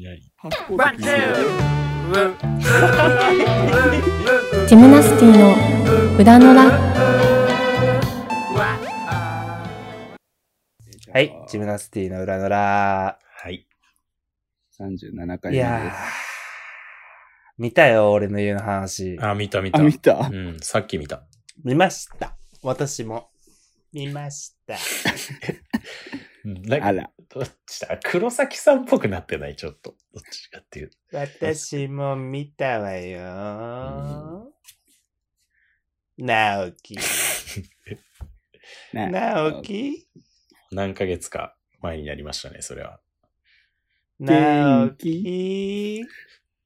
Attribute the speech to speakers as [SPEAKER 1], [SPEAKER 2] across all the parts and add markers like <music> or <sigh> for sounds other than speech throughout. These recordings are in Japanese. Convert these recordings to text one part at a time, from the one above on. [SPEAKER 1] ない。
[SPEAKER 2] 反抗期
[SPEAKER 3] ジムナスティの裏のラ
[SPEAKER 4] はい、ジムナスティの裏のら。
[SPEAKER 1] はい。
[SPEAKER 2] 37回
[SPEAKER 4] い
[SPEAKER 2] 目で
[SPEAKER 4] やー、見たよ、俺の家の話。
[SPEAKER 1] あ、見た見
[SPEAKER 2] す。
[SPEAKER 1] た。
[SPEAKER 2] あ、見た
[SPEAKER 1] うん、さっき見た。
[SPEAKER 4] <laughs> 見ました。私も。見ました。
[SPEAKER 1] なん
[SPEAKER 2] あ。
[SPEAKER 1] からどっちだ黒崎さんっぽくなってない、ちょっと。どっちかっていう。
[SPEAKER 4] 私も見たわよ。直樹。
[SPEAKER 2] ね。
[SPEAKER 4] 直樹。
[SPEAKER 1] 何ヶ月か前になりましたね、それは。
[SPEAKER 4] 直樹。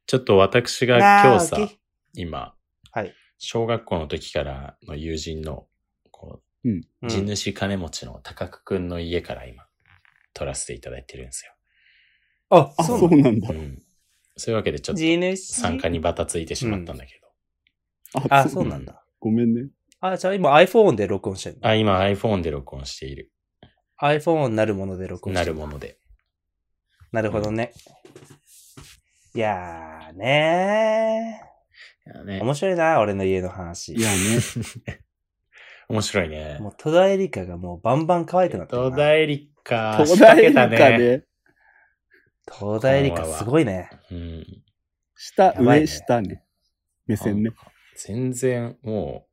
[SPEAKER 1] ちょっと私が今
[SPEAKER 4] 直
[SPEAKER 1] 日さ
[SPEAKER 4] 樹、。
[SPEAKER 1] 今、
[SPEAKER 4] はい
[SPEAKER 1] 小学校の時からの友人の、こう、地主金持ちの高久くんの家から今、撮らせていただいてるんですよ。
[SPEAKER 4] あ、
[SPEAKER 2] あ、
[SPEAKER 4] そう
[SPEAKER 2] そ
[SPEAKER 4] なの
[SPEAKER 2] うなんだ
[SPEAKER 1] う。ん。そういうわけでちょっと
[SPEAKER 4] 地主。
[SPEAKER 1] 参加にバタついてしまったんだけど。
[SPEAKER 4] あ、そうなんん
[SPEAKER 1] だ
[SPEAKER 4] だ。
[SPEAKER 2] ごめんね。
[SPEAKER 4] あ、じゃあ今 iPhone で録音してるの
[SPEAKER 1] あ、今 iPhone で録音している。
[SPEAKER 4] ?iPhone なるもので録音して
[SPEAKER 1] な
[SPEAKER 4] る
[SPEAKER 1] る。もので。
[SPEAKER 4] なるほどね。いやーねー。面白いな、俺の家の話。
[SPEAKER 2] いやね。
[SPEAKER 1] 面白いね。
[SPEAKER 4] もう戸田恵梨香がもうバンバン可愛くなって
[SPEAKER 1] 東
[SPEAKER 4] るな。
[SPEAKER 1] 大理科、
[SPEAKER 2] 東
[SPEAKER 1] 仕
[SPEAKER 2] 大
[SPEAKER 1] 掛け
[SPEAKER 2] 理科
[SPEAKER 1] たね。
[SPEAKER 2] で、
[SPEAKER 4] 戸田恵梨香すごいね。
[SPEAKER 1] うん。
[SPEAKER 2] 下、
[SPEAKER 4] やばい
[SPEAKER 2] 上、
[SPEAKER 4] ね
[SPEAKER 2] 下ね。目線ね。
[SPEAKER 1] 全然、も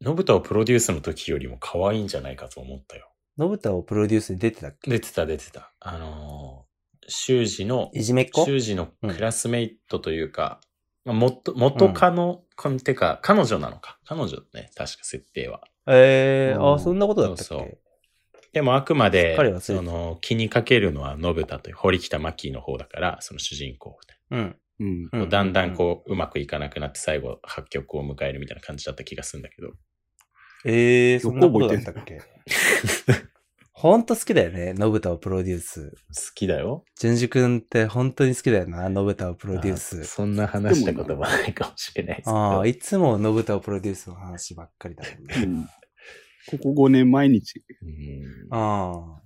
[SPEAKER 1] う、のぶたをプロデュースの時よりも可愛いんじゃないかと思ったよ。
[SPEAKER 4] 信太をプロデュースに出てたっけ
[SPEAKER 1] 出てた、出てた。あのー、修二の、
[SPEAKER 4] いじめっ子
[SPEAKER 1] 修二のクラスメイトというか、まあ元、元カノ、こん、てか、彼女なのか。彼女ね、確か設定は。
[SPEAKER 4] えー、
[SPEAKER 2] う
[SPEAKER 4] あ、
[SPEAKER 2] ん
[SPEAKER 4] そんなことだったっけ
[SPEAKER 1] そうそうでもあくま
[SPEAKER 4] すっ
[SPEAKER 1] で
[SPEAKER 4] かり忘れ、てた
[SPEAKER 1] その、気にかけるのは信太という、堀北真希の方だから、その主人公。
[SPEAKER 4] うん。
[SPEAKER 2] うん。
[SPEAKER 4] う
[SPEAKER 1] だんだんこう、うまくいかなくなって最後、破局を迎えるみたいな感じだった気がするんだけど。
[SPEAKER 4] うん。えー、そんなことだった <laughs> っけほんと好きだよね、信太をプロデュース。
[SPEAKER 1] 好きだよ。
[SPEAKER 4] 淳二君って本当に好きだよな、信太をプロデュー
[SPEAKER 1] あ
[SPEAKER 4] ス。
[SPEAKER 1] そんな話したこともないかもしれないですけ
[SPEAKER 4] あ
[SPEAKER 1] ど
[SPEAKER 4] あ、。いつも信太をプロデュースの話ばっかりだもんね。
[SPEAKER 2] うんここ5年毎日。
[SPEAKER 1] うん
[SPEAKER 4] ああ。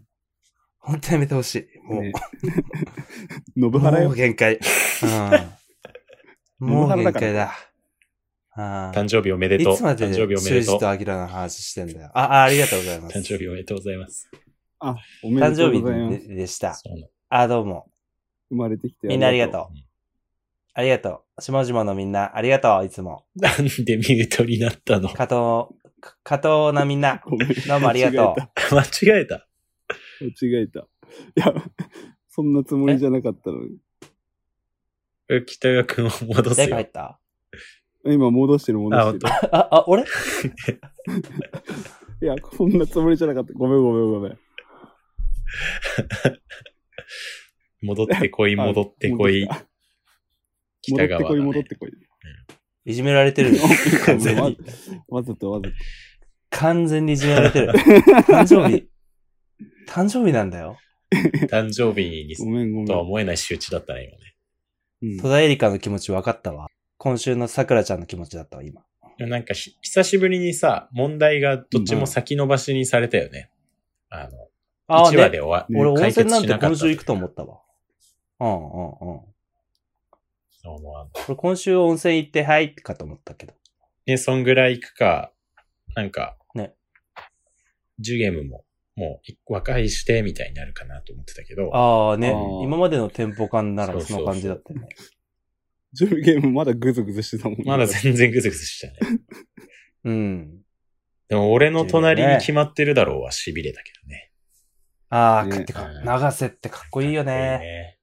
[SPEAKER 4] 本当やめてほしい。もう、
[SPEAKER 2] ね
[SPEAKER 4] も
[SPEAKER 2] 信原
[SPEAKER 4] う
[SPEAKER 2] よ。
[SPEAKER 4] 限界。うんもう限界だ。ああ
[SPEAKER 1] 誕生日おめで
[SPEAKER 4] い
[SPEAKER 1] とう。
[SPEAKER 4] つま
[SPEAKER 1] 誕
[SPEAKER 4] で
[SPEAKER 1] 生日おめ
[SPEAKER 4] 修
[SPEAKER 1] でと
[SPEAKER 4] 二
[SPEAKER 1] う。
[SPEAKER 4] と
[SPEAKER 1] 誕
[SPEAKER 4] アキラの話してんだよ。あ、あありがとうございます。
[SPEAKER 1] 生日おめでとうございます。
[SPEAKER 2] あ、おめ
[SPEAKER 4] 誕
[SPEAKER 2] でとう
[SPEAKER 4] 生日
[SPEAKER 2] ございます。
[SPEAKER 4] ででした。
[SPEAKER 1] そうなの
[SPEAKER 4] あ、どうも。
[SPEAKER 2] 生まれてきて
[SPEAKER 4] みんなありが
[SPEAKER 2] う。
[SPEAKER 4] とう。ありがとう。下々のみんな、ありがとう、いつも。
[SPEAKER 1] なんでミュートになったの
[SPEAKER 4] 加藤、加藤なみんな、
[SPEAKER 2] ごめん。
[SPEAKER 4] どうもありがとう。
[SPEAKER 1] 間違えた。
[SPEAKER 2] 間違えた。間違えた。いや、そんなつもりじゃなかったのに。
[SPEAKER 1] 北川くんを <laughs> 戻す
[SPEAKER 4] 誰か入
[SPEAKER 1] よ
[SPEAKER 4] っ。た
[SPEAKER 2] 今戻してる戻
[SPEAKER 1] あ、
[SPEAKER 2] し
[SPEAKER 1] 本
[SPEAKER 2] て
[SPEAKER 1] 当
[SPEAKER 2] る。
[SPEAKER 4] あ、あ、俺
[SPEAKER 2] いや、そんなつもりじゃなかった。ごめんごめんごめん。
[SPEAKER 1] 戻ってこい、戻ってこい
[SPEAKER 2] あ。戻
[SPEAKER 1] 北
[SPEAKER 2] って
[SPEAKER 1] 川だ
[SPEAKER 2] こ
[SPEAKER 1] ね。
[SPEAKER 2] い、戻ってこい。
[SPEAKER 4] いじめられてる。完全に。
[SPEAKER 2] わざとわざと。
[SPEAKER 4] 完全にいじめられてる。誕生日。誕生日なんだよ。
[SPEAKER 1] 誕生日に
[SPEAKER 2] ごめんご
[SPEAKER 1] とは
[SPEAKER 2] め
[SPEAKER 1] 思えない仕打ちだったね、今ね。
[SPEAKER 2] ん。
[SPEAKER 4] 戸田恵梨香の気持ち分かったわ。今週の桜ちゃんの気持ちだったわ、今。
[SPEAKER 1] でもなんかひ、久しぶりにさ、問題がどっちも先延ばしにされたよね。あの、
[SPEAKER 4] ああ、
[SPEAKER 1] 1話
[SPEAKER 4] ね。
[SPEAKER 1] で終わ、
[SPEAKER 2] ね
[SPEAKER 4] 俺温
[SPEAKER 1] 解
[SPEAKER 4] 泉
[SPEAKER 1] 決
[SPEAKER 4] なん
[SPEAKER 1] してなか
[SPEAKER 4] 今
[SPEAKER 1] った
[SPEAKER 4] 週行くと思ったわ。うんうんうん。
[SPEAKER 1] そう思わん
[SPEAKER 4] 俺今週温泉行って、はい、かと思ったけど。
[SPEAKER 1] ね、そんぐらい行くか、なんか、
[SPEAKER 4] ね。
[SPEAKER 1] ジュゲムも、もうい、和解して、みたいになるかなと思ってたけど、
[SPEAKER 4] ああね
[SPEAKER 2] あー。
[SPEAKER 4] 今までのテンポ感ならそ
[SPEAKER 1] そうそう
[SPEAKER 4] の
[SPEAKER 1] そう
[SPEAKER 4] 感じだったよね。
[SPEAKER 2] ジョルゲームまだグズグズしてたもん。
[SPEAKER 1] まだ全然グズグズしてたね。
[SPEAKER 4] うん。
[SPEAKER 1] でも俺の隣に決まってるだろうは痺れたけどね。
[SPEAKER 4] ああ、
[SPEAKER 2] ね
[SPEAKER 4] かってか。長瀬ってかっこいいよ
[SPEAKER 1] こ
[SPEAKER 4] ね。
[SPEAKER 1] れね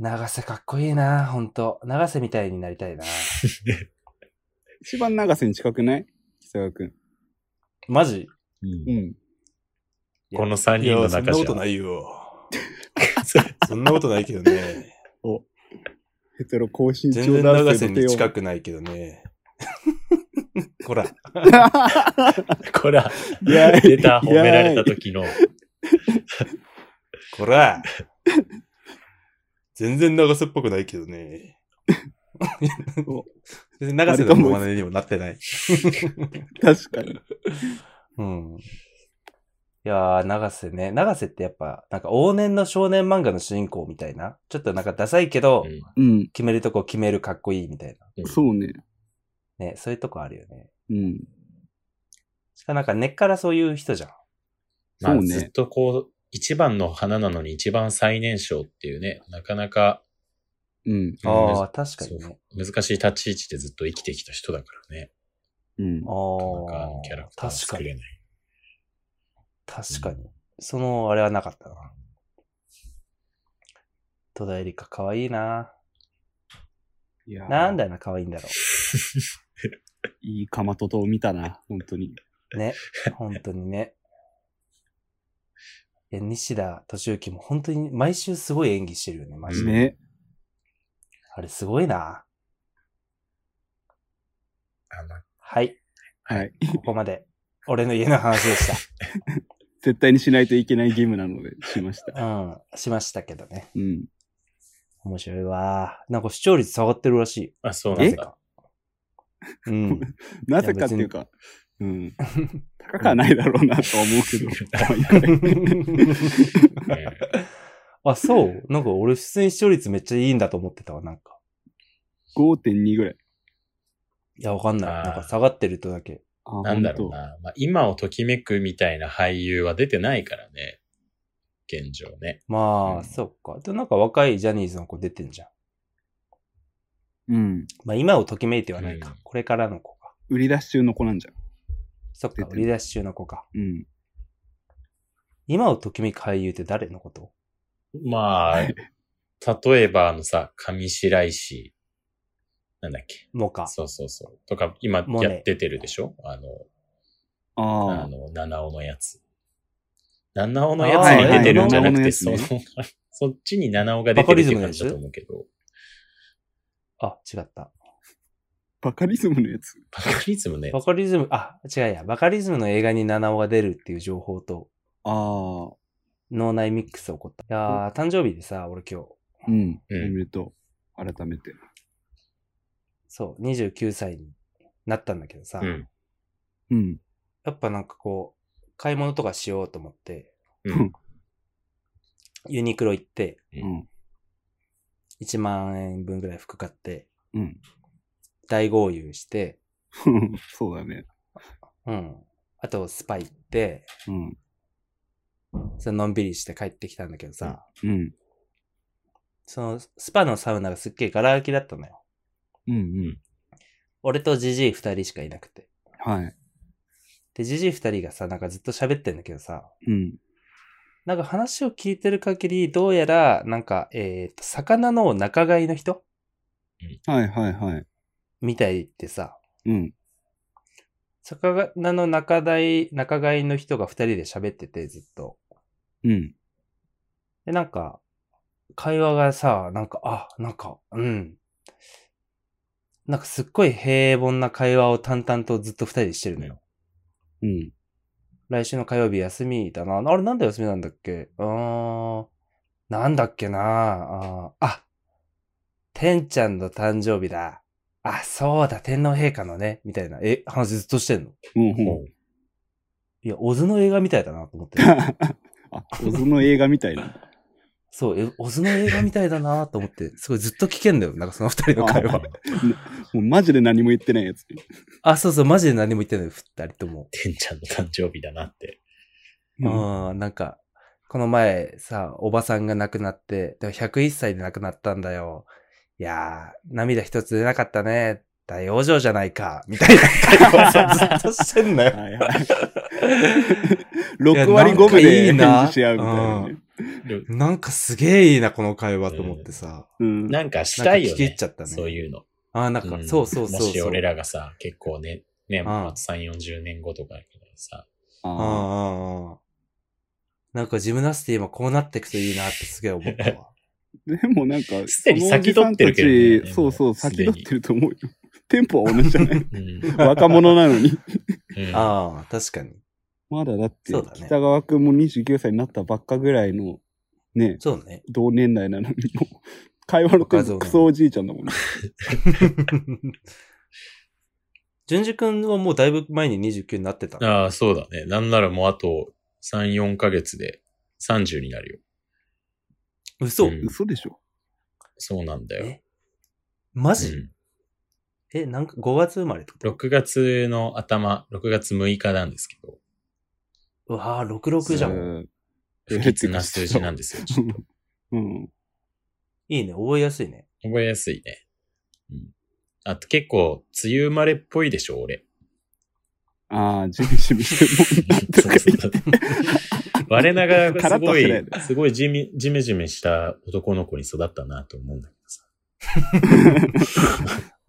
[SPEAKER 4] 長瀬かっこいいな、ほんと。長瀬みたいになりたいな。
[SPEAKER 2] 一番長瀬に近くない北川くん。
[SPEAKER 4] マジ
[SPEAKER 1] うん
[SPEAKER 2] うん。
[SPEAKER 1] この3人の中じゃ。
[SPEAKER 4] いよ。そんなことないけどね。
[SPEAKER 2] ヘテロ高身長
[SPEAKER 4] 全然
[SPEAKER 2] 男
[SPEAKER 4] 長
[SPEAKER 2] 性
[SPEAKER 4] 瀬
[SPEAKER 2] の
[SPEAKER 4] に
[SPEAKER 2] 手を。
[SPEAKER 4] 近くないけどね。 <laughs> ほら。
[SPEAKER 1] こら、
[SPEAKER 2] いやい
[SPEAKER 1] 出た、褒められた時の、
[SPEAKER 4] こら。 <laughs> 全然長瀬っぽくないけどね。全然長瀬のモノマネにもなってない。
[SPEAKER 2] 確かに。
[SPEAKER 4] うん。いやー、長瀬ね。長瀬ってやっぱ、なんか往年の少年漫画の主人公みたいな。ちょっとなんかダサいけど、
[SPEAKER 2] うん。
[SPEAKER 4] 決めるとこ決めるかっこいいみたいな。
[SPEAKER 2] そうね。
[SPEAKER 4] ね、そういうとこあるよね。
[SPEAKER 2] うん。
[SPEAKER 4] しかもなんか根っからそういう人じゃん。
[SPEAKER 1] ま
[SPEAKER 2] そ
[SPEAKER 1] あ、
[SPEAKER 2] うね
[SPEAKER 1] ずっとこう、一番の花なのに一番最年少っていうね、なかなか、
[SPEAKER 2] うん。
[SPEAKER 1] うん
[SPEAKER 4] ああ、確かに
[SPEAKER 1] そ
[SPEAKER 4] ね。
[SPEAKER 1] 難しい立ち位置でずっと生きてきた人だからね。
[SPEAKER 2] うん。
[SPEAKER 4] あ
[SPEAKER 1] なかなかあのキャラ
[SPEAKER 4] あ
[SPEAKER 1] ク、ターを
[SPEAKER 4] 確か
[SPEAKER 1] 作
[SPEAKER 4] に。<laughs>
[SPEAKER 1] れない。
[SPEAKER 4] 確かに。その、あれはなかったな。戸田恵梨香かわいいな。
[SPEAKER 2] いやー
[SPEAKER 4] なんだよな、かわいいんだろ
[SPEAKER 2] いいかまととを見たな、本当に。
[SPEAKER 4] う。 <laughs> ね。本当にね。いや、西田敏行も本当に毎週すごい演技してるよね、マジで。
[SPEAKER 2] ね。
[SPEAKER 4] あれすごいな。
[SPEAKER 1] あの
[SPEAKER 4] はい。
[SPEAKER 2] はい。
[SPEAKER 4] ここまで。俺の家の話でし
[SPEAKER 2] 絶対にしないといけないゲームなので、しました。
[SPEAKER 4] <laughs> た。うん。しましたけどね。
[SPEAKER 2] うん。
[SPEAKER 4] 面白いわ。なんか視聴率下がってるらしい。
[SPEAKER 1] あ、そうな
[SPEAKER 4] なんぜ
[SPEAKER 1] だ。
[SPEAKER 4] か。うん。 <laughs>
[SPEAKER 2] なぜかっていうか、うん。高くはないだろうなとは思うけど。可愛いから
[SPEAKER 1] <laughs> ええ
[SPEAKER 4] あ、そうなんか俺出演視聴率めっちゃいいんだと思ってたわ、なんか。
[SPEAKER 2] 5.2ぐらい。
[SPEAKER 4] いや、わかんな
[SPEAKER 1] あ
[SPEAKER 4] い。
[SPEAKER 1] ー
[SPEAKER 4] なんか下がってるとだけ。
[SPEAKER 2] あ
[SPEAKER 1] なんだろう。な。まあ、今をときめくみたいな俳優は出てないからね。現状ね。
[SPEAKER 4] まあ、
[SPEAKER 1] うん
[SPEAKER 4] そっか。で、なんか若いジャニーズの子出てんじゃん。
[SPEAKER 2] 本当うん。
[SPEAKER 4] まあ、今をときめいてはないか。
[SPEAKER 1] うん
[SPEAKER 4] これからの子か。
[SPEAKER 2] 売り出し中の子なんじゃん。
[SPEAKER 4] そっ
[SPEAKER 2] 出
[SPEAKER 4] か、
[SPEAKER 2] てる
[SPEAKER 4] 売り出し中の子か。
[SPEAKER 2] うん。
[SPEAKER 4] 今をときめく俳優って誰のこと
[SPEAKER 1] まあ、例えばあのさ、上白石、なんだっけ。
[SPEAKER 4] もか。
[SPEAKER 1] そうそうそう。とか、今
[SPEAKER 4] モネ
[SPEAKER 1] やっててるでしょあの、あ
[SPEAKER 2] ああ。
[SPEAKER 1] の、七尾のやつ。七尾のやつ
[SPEAKER 2] はい
[SPEAKER 1] に
[SPEAKER 2] はい
[SPEAKER 1] 出てるんじゃなくて、
[SPEAKER 2] 七尾のやつ
[SPEAKER 1] その、 <laughs> そっちに七尾が出てるっていう感じだと思うけど、
[SPEAKER 4] あ、違った。
[SPEAKER 2] バカリズムのやつ。
[SPEAKER 1] バカリズムね。
[SPEAKER 4] バカリズム、あ、違うや。バカリズムの映画に七尾が出るっていう情報と、
[SPEAKER 2] ああ。
[SPEAKER 4] 脳内ミックス起こった。いやー、誕生日でさ、俺今
[SPEAKER 2] う
[SPEAKER 4] 日。
[SPEAKER 2] ん。お
[SPEAKER 1] うん
[SPEAKER 2] めでとう。改めて。
[SPEAKER 4] そう、29歳になったんだけどさ、
[SPEAKER 1] うん。
[SPEAKER 2] うん。
[SPEAKER 4] やっぱなんかこう、買い物とかしようと思って、
[SPEAKER 1] うん。
[SPEAKER 4] ユニクロ行って、
[SPEAKER 2] うん。
[SPEAKER 4] 1万円分ぐらい服買って、
[SPEAKER 2] うん。 <laughs>
[SPEAKER 4] 大豪遊して、
[SPEAKER 2] そうだね。
[SPEAKER 4] うん。あと、スパ行って、
[SPEAKER 2] うん。
[SPEAKER 4] そののんびりして帰ってきたんだけどさ、
[SPEAKER 2] うん。
[SPEAKER 4] その、スパのサウナがすっげえガラ空きだったのよ。
[SPEAKER 2] うんうん。
[SPEAKER 4] 俺とジジイ二人しかいなくて。
[SPEAKER 2] はい。
[SPEAKER 4] で、ジジイ二人がさ、なんかずっと喋ってんだけどさ、
[SPEAKER 2] うん。
[SPEAKER 4] なんか話を聞いてる限り、どうやら、なんか、えっ、と、魚の仲買いの人
[SPEAKER 2] はいはいはい。
[SPEAKER 4] みたいってさ、
[SPEAKER 2] うん。
[SPEAKER 4] 魚の仲代、仲買いの人が二人で喋ってて、ずっと。
[SPEAKER 2] うん。
[SPEAKER 4] で、なんか、会話がさ、なんか、あ、なんか、うん。なんかすっごい平凡な会話を淡々とずっと二人でしてるのよ。
[SPEAKER 2] うん。
[SPEAKER 4] 来週の火曜日休みだな。あれなんで休みなんだっけあー、なんだっけなあー、あ、てんちゃんの誕生日だ。あ、そうだ、天皇陛下のね、みたいな、え、話ずっとしてんの
[SPEAKER 2] うん
[SPEAKER 1] も
[SPEAKER 2] うん。
[SPEAKER 1] う
[SPEAKER 4] いや、オズの映画みたいだなと思って。
[SPEAKER 2] <laughs> あ、小津の映画みたいな。
[SPEAKER 4] そう、えオズの映画みたいだなと思って、すごいずっと聞けんだよ。なんかその二人の会
[SPEAKER 2] <laughs>
[SPEAKER 4] 話。
[SPEAKER 2] もうマジで何も言ってないやつ。
[SPEAKER 4] あ、そうそう、マジで何も言ってない、二人とも。
[SPEAKER 1] てんちゃんの誕生日だなって。
[SPEAKER 2] うん。
[SPEAKER 4] うん、なんか、この前さ、おばさんが亡くなって、でも101歳で亡くなったんだよ。いやー、涙一つ出なかったね。大往生じゃないか。みたいな会話さ、ずっとしてんのよ。
[SPEAKER 2] はいはい。6割5分で返事し合うみたいなね。
[SPEAKER 4] <laughs> なんかすげえいいな、この会話と思ってさ。
[SPEAKER 2] うん。
[SPEAKER 1] <laughs> なんかしたい
[SPEAKER 4] なん
[SPEAKER 1] よ
[SPEAKER 4] か聞き入
[SPEAKER 1] ね
[SPEAKER 4] っ。ちゃったね。
[SPEAKER 1] そういうの。
[SPEAKER 4] あー、なんか、
[SPEAKER 1] ん
[SPEAKER 4] そうそうそうそう。
[SPEAKER 1] もし俺らがさ、結構ね、ね、
[SPEAKER 4] ん
[SPEAKER 1] まあ、3、40年後とかにさ、
[SPEAKER 4] ああ
[SPEAKER 2] あ
[SPEAKER 4] ああああなんかジムナスティもこうなっていくといいなってすげえ思った
[SPEAKER 1] <laughs>
[SPEAKER 4] わ。
[SPEAKER 2] ーでもなんか、
[SPEAKER 1] すでに先取ってるけどね
[SPEAKER 2] そのおじさんたちそうそ
[SPEAKER 1] も
[SPEAKER 2] う、
[SPEAKER 1] うす
[SPEAKER 2] 先
[SPEAKER 1] でに
[SPEAKER 2] 取ってると思うよ。テンポは同じじゃ
[SPEAKER 4] <laughs>
[SPEAKER 1] <laughs>
[SPEAKER 2] ない。
[SPEAKER 1] うん。
[SPEAKER 2] 若者なのに。
[SPEAKER 1] うん
[SPEAKER 4] ああ、確かに。
[SPEAKER 2] まだだって
[SPEAKER 4] そうだ、ね
[SPEAKER 2] 北川くんも29歳になったばっかぐらいの、ね、
[SPEAKER 4] そうね。
[SPEAKER 2] 同年代なのに、もう、会話の
[SPEAKER 4] 若
[SPEAKER 2] ク
[SPEAKER 4] 造
[SPEAKER 2] ソクソおじいちゃんだもんね。
[SPEAKER 4] <laughs> 淳二君はもうだいぶ前に29になってた。
[SPEAKER 1] ああ、そうだね。なんならもうあと3、4ヶ月で30になるよ。
[SPEAKER 4] 嘘、
[SPEAKER 1] うん
[SPEAKER 2] 嘘でしょ
[SPEAKER 1] そうなんだよ。
[SPEAKER 4] えマ
[SPEAKER 1] う
[SPEAKER 4] ジ、
[SPEAKER 1] ん、
[SPEAKER 4] え、なんか5月生まれってこと
[SPEAKER 1] 6月の頭、6月6日なんですけど、
[SPEAKER 4] うわぁ、66じゃ。
[SPEAKER 1] うん
[SPEAKER 2] ん。
[SPEAKER 1] 不吉な数字なんですよ。ちょっと
[SPEAKER 2] うん。
[SPEAKER 4] いいね、覚えやすいね。
[SPEAKER 1] 覚えやすいね。うん、あと結構、梅雨生まれっぽいでしょ、
[SPEAKER 2] <laughs>
[SPEAKER 1] 俺。
[SPEAKER 2] ああ、ジミジミしてもんだと
[SPEAKER 1] そう
[SPEAKER 2] か
[SPEAKER 1] そ
[SPEAKER 2] 言
[SPEAKER 1] う
[SPEAKER 2] っ
[SPEAKER 1] そう我ながらすご
[SPEAKER 2] カラッ
[SPEAKER 1] い
[SPEAKER 2] としてな、
[SPEAKER 1] すごいじめ、じめじめした男の子に育ったなと思うんだけどさ。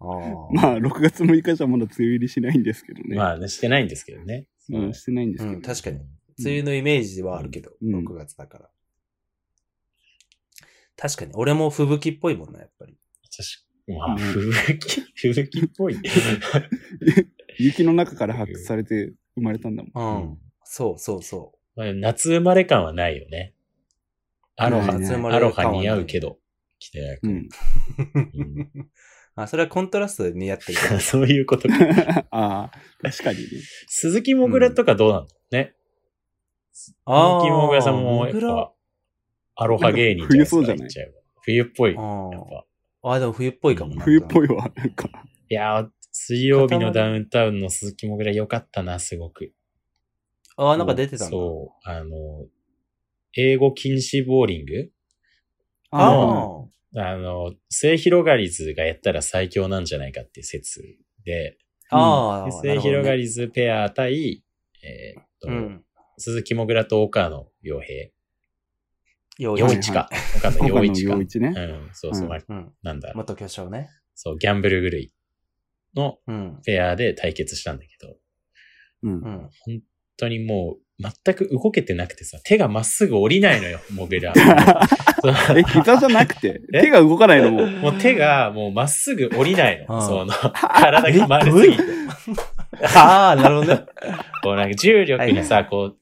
[SPEAKER 4] あ
[SPEAKER 1] <laughs>
[SPEAKER 4] あ。
[SPEAKER 2] まあ、6月6日じゃまだ梅雨入りしないんですけどね。
[SPEAKER 1] まあね、してないんですけどね。
[SPEAKER 2] うん、してないんですけど。
[SPEAKER 4] うん確かに
[SPEAKER 1] うん
[SPEAKER 4] 梅雨のイメージはあるけど、
[SPEAKER 2] うん
[SPEAKER 4] 6月だから。確かに、俺も吹雪っぽいもんな、やっぱり。
[SPEAKER 1] 確かまあ、
[SPEAKER 2] <laughs>
[SPEAKER 1] 吹雪、吹雪っぽい。
[SPEAKER 2] 雪の中から発掘されて生まれたんだもん。
[SPEAKER 4] う。
[SPEAKER 1] うんん
[SPEAKER 4] そうそうそ
[SPEAKER 1] まあ夏生まれ感はないよね。アロ
[SPEAKER 4] う。
[SPEAKER 1] ハ、
[SPEAKER 2] ないね
[SPEAKER 4] 夏生ま
[SPEAKER 1] ア
[SPEAKER 4] れ
[SPEAKER 1] ロ
[SPEAKER 4] る
[SPEAKER 1] ハ
[SPEAKER 4] 感はない
[SPEAKER 1] 似合うけ。ど、北谷
[SPEAKER 2] う
[SPEAKER 1] 君。
[SPEAKER 2] ん。 <laughs>
[SPEAKER 1] うん
[SPEAKER 4] <laughs> あ、それはコントラストで似合ってるから。
[SPEAKER 1] そういうことか。
[SPEAKER 2] ああ、確かにね。
[SPEAKER 1] 鈴木もぐらとかどうなのね。
[SPEAKER 4] あー
[SPEAKER 1] 鈴木もぐらさん
[SPEAKER 4] モ
[SPEAKER 1] もやっ
[SPEAKER 4] グラ
[SPEAKER 1] ぱ、アロハ芸人
[SPEAKER 2] 冬そうじゃない
[SPEAKER 1] ですか言っちう冬っぽい。やっ
[SPEAKER 4] あ
[SPEAKER 1] ぱ。
[SPEAKER 4] ああ、でも冬っぽいかもな。
[SPEAKER 2] 冬っぽいわ、なんか。
[SPEAKER 1] いやー、水曜日のダウンタウンの鈴木もぐら良かったな、すごく。
[SPEAKER 4] ああ、なんか出てたんだ。
[SPEAKER 1] そう、あの、英語禁止ボーリング
[SPEAKER 4] あ
[SPEAKER 2] あ
[SPEAKER 4] あ。
[SPEAKER 1] あの、末広がり図がやったら最強なんじゃないかっていう説で、
[SPEAKER 4] ああ。
[SPEAKER 1] 末広がり図ペア対、えーっと、
[SPEAKER 4] なるほどね。
[SPEAKER 1] 鈴木もぐらと岡野洋平。
[SPEAKER 4] うん。よ
[SPEAKER 1] 洋
[SPEAKER 2] はい
[SPEAKER 1] 一か。岡野
[SPEAKER 2] 岡
[SPEAKER 1] 洋
[SPEAKER 2] 野
[SPEAKER 1] 一か
[SPEAKER 2] 陽。一ね。
[SPEAKER 1] うん、そうそう、
[SPEAKER 2] うん
[SPEAKER 1] まあ
[SPEAKER 4] うん。
[SPEAKER 1] なんだ、
[SPEAKER 4] 元巨匠ね。
[SPEAKER 1] そう、ギャンブル狂いの
[SPEAKER 4] うん。
[SPEAKER 1] ペアで対決したんだけど、
[SPEAKER 2] うん
[SPEAKER 4] <laughs> う。ん。
[SPEAKER 1] 本当にもう全く動けてなくてさ、手がまっすぐ降りない
[SPEAKER 4] <laughs>
[SPEAKER 1] のよ、モグラ。
[SPEAKER 2] え、膝じゃなくて、
[SPEAKER 1] え
[SPEAKER 2] 手が動かないのも。
[SPEAKER 1] もう手がもうまっすぐ降りないの。
[SPEAKER 4] うん
[SPEAKER 1] その、体が丸すぎて。
[SPEAKER 4] <laughs> ああ、なるほどね。
[SPEAKER 1] <laughs> こうなんか重力にさ、こう、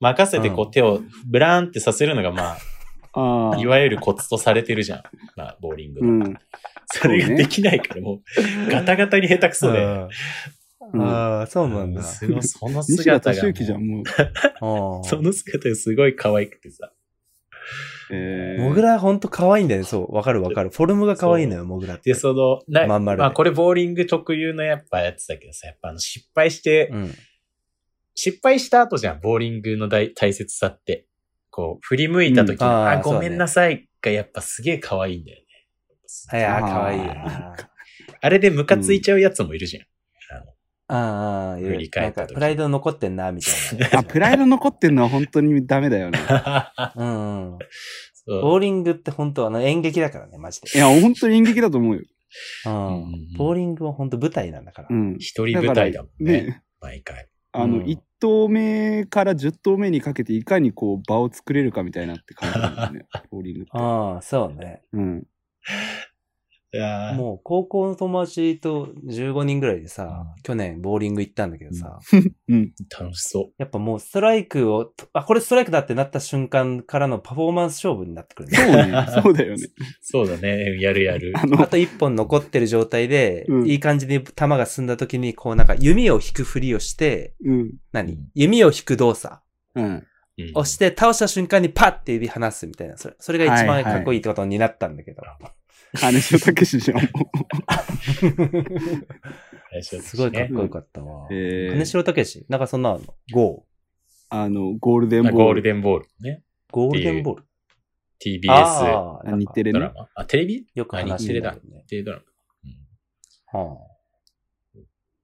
[SPEAKER 1] 任せてこ
[SPEAKER 4] う
[SPEAKER 1] う手をブラーンってさせるのがま
[SPEAKER 2] ああ
[SPEAKER 1] <laughs> あ、い。わゆるコツとされてるじゃん。まあ、ボーリング
[SPEAKER 2] う
[SPEAKER 1] の。
[SPEAKER 2] ん。
[SPEAKER 1] それができないからもう、ガタガタに下手くそで。
[SPEAKER 4] うんああ、そうなん
[SPEAKER 1] う
[SPEAKER 4] だ。あ
[SPEAKER 1] んそのその
[SPEAKER 2] 西田
[SPEAKER 1] 姿が
[SPEAKER 2] 敏
[SPEAKER 1] も
[SPEAKER 2] 行じゃん、
[SPEAKER 1] う。
[SPEAKER 2] もう。
[SPEAKER 4] あ。
[SPEAKER 1] その姿がすごい可愛くてさ。
[SPEAKER 2] え
[SPEAKER 4] モグラほんと可愛いんだよね。そう、わかるわかる。フォルムが可愛いのよ、モグラって。
[SPEAKER 1] で、その、な
[SPEAKER 4] まん丸で
[SPEAKER 1] まあこれボーリング特有のやっぱやつだけどさ、やっぱあの失敗して、
[SPEAKER 4] うん。
[SPEAKER 1] 失敗した後じゃん、ボーリングの大大切さって。こう、振り向いた時の、
[SPEAKER 4] うんあー
[SPEAKER 1] あ
[SPEAKER 4] そう
[SPEAKER 1] ご
[SPEAKER 4] だね
[SPEAKER 1] めんなさいがやっぱすげえ可愛いんだよね。
[SPEAKER 4] いやー、
[SPEAKER 2] あー
[SPEAKER 4] 可愛いよな。
[SPEAKER 1] あれでムカついちゃうやつもいるじゃん。
[SPEAKER 4] ああ、い
[SPEAKER 1] 振り返った
[SPEAKER 4] な
[SPEAKER 1] 時
[SPEAKER 4] んかプライド残ってんな、みたい <laughs> な。
[SPEAKER 2] あ、プライド残ってんのは本当にダメだよ
[SPEAKER 4] <laughs>
[SPEAKER 2] ね。
[SPEAKER 4] うんうん。
[SPEAKER 1] そう
[SPEAKER 4] ボーリングって本当あの演劇だからね、マジで。
[SPEAKER 2] いや、本当に演劇だと思うよ。
[SPEAKER 4] う
[SPEAKER 1] うんんうん
[SPEAKER 4] ボーリングは本当舞台なんだから
[SPEAKER 2] う。ん。
[SPEAKER 1] 一人舞台だもんね。
[SPEAKER 2] ね
[SPEAKER 1] 毎回。
[SPEAKER 2] あ
[SPEAKER 4] う
[SPEAKER 2] の、
[SPEAKER 4] ん
[SPEAKER 2] 一投目から十投目にかけて、いかにこう、場を作れるかみたいなって感じなんだよ
[SPEAKER 1] <laughs>
[SPEAKER 2] ね。ボーリングって。
[SPEAKER 4] ああ、そうね。
[SPEAKER 2] うん。
[SPEAKER 1] いやー
[SPEAKER 4] もう高校の友達と15人ぐらいでさ
[SPEAKER 1] う、
[SPEAKER 4] 去年ボーリング行ったんだけどさ、
[SPEAKER 2] うん。
[SPEAKER 1] 楽しそう。
[SPEAKER 4] やっぱもうストライクを、あ、これストライクだってなった瞬間からのパフォーマンス勝負になってくるね
[SPEAKER 2] そうね。そうだよね。
[SPEAKER 1] そうだね。やるやる。
[SPEAKER 2] あの
[SPEAKER 4] あ、と一本残ってる状態で、
[SPEAKER 2] うん
[SPEAKER 4] いい感じに球が進んだ時に、こうなんか弓を引くふりをして、
[SPEAKER 2] うん。
[SPEAKER 4] 何、
[SPEAKER 1] うん
[SPEAKER 4] 弓を引く動作
[SPEAKER 2] うん。
[SPEAKER 1] うん
[SPEAKER 4] をして、倒した瞬間にパッて指離すみたいな、それそれが一番かっこいいってことになったんだけど。
[SPEAKER 2] 金城武史じ
[SPEAKER 4] <laughs>
[SPEAKER 2] ゃん、も
[SPEAKER 1] 最初だしね
[SPEAKER 4] すごいかっこよかったわ。
[SPEAKER 2] う。え
[SPEAKER 4] 金城武史なんかそんなのあるのゴ
[SPEAKER 2] あの、ゴールデンボー
[SPEAKER 1] あ
[SPEAKER 2] ル。
[SPEAKER 1] ゴールデンボールね。
[SPEAKER 4] ー。ゴールデンボール。
[SPEAKER 1] TBS
[SPEAKER 4] ああ、
[SPEAKER 2] あ日テレ
[SPEAKER 1] ド
[SPEAKER 2] ね
[SPEAKER 1] ラ。マ。あ、テレビ
[SPEAKER 4] よく
[SPEAKER 1] あ
[SPEAKER 4] 話
[SPEAKER 1] 日
[SPEAKER 4] し
[SPEAKER 1] テ
[SPEAKER 4] て
[SPEAKER 1] レ
[SPEAKER 4] る
[SPEAKER 1] だ。
[SPEAKER 4] よね
[SPEAKER 1] 日。テレドラマ。うん
[SPEAKER 4] は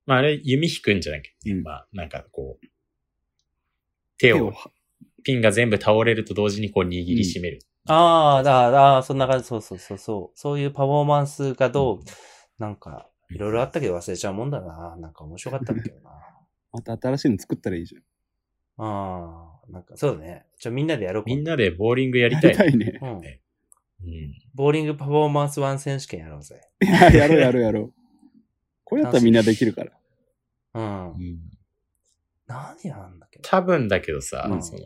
[SPEAKER 1] まああれ、弓引くんじゃなくて、
[SPEAKER 2] うん
[SPEAKER 1] まあなんかこう、手
[SPEAKER 2] 手
[SPEAKER 1] を
[SPEAKER 2] を、
[SPEAKER 1] ピンが全部倒れると同時にこう握りしめる。
[SPEAKER 4] あああ、だああ、そんな感じ、そうそうそうそう。そういうパフォーマンスがどう、なんか、いろいろあったけど忘れちゃうもんだな。なんか面白かったんだけどな。
[SPEAKER 2] また新しいの作ったらいいじゃん。
[SPEAKER 4] ああ、なんか、そうだね。ちょ、みんなでやろうか
[SPEAKER 1] みんなでボーリングやり
[SPEAKER 2] や
[SPEAKER 1] た
[SPEAKER 2] り
[SPEAKER 1] い
[SPEAKER 2] た
[SPEAKER 1] ね。
[SPEAKER 2] い
[SPEAKER 1] <laughs>
[SPEAKER 2] ね。
[SPEAKER 4] うん。
[SPEAKER 1] うん
[SPEAKER 4] ボーリングパフォーマンスワン選手権やろうぜ。
[SPEAKER 2] いや、やろうやろうやろう。これやったらみんなできるから。
[SPEAKER 4] うん。
[SPEAKER 1] うん。
[SPEAKER 4] 何なんだっけ
[SPEAKER 1] 多分だけどさ、
[SPEAKER 4] うん
[SPEAKER 1] その、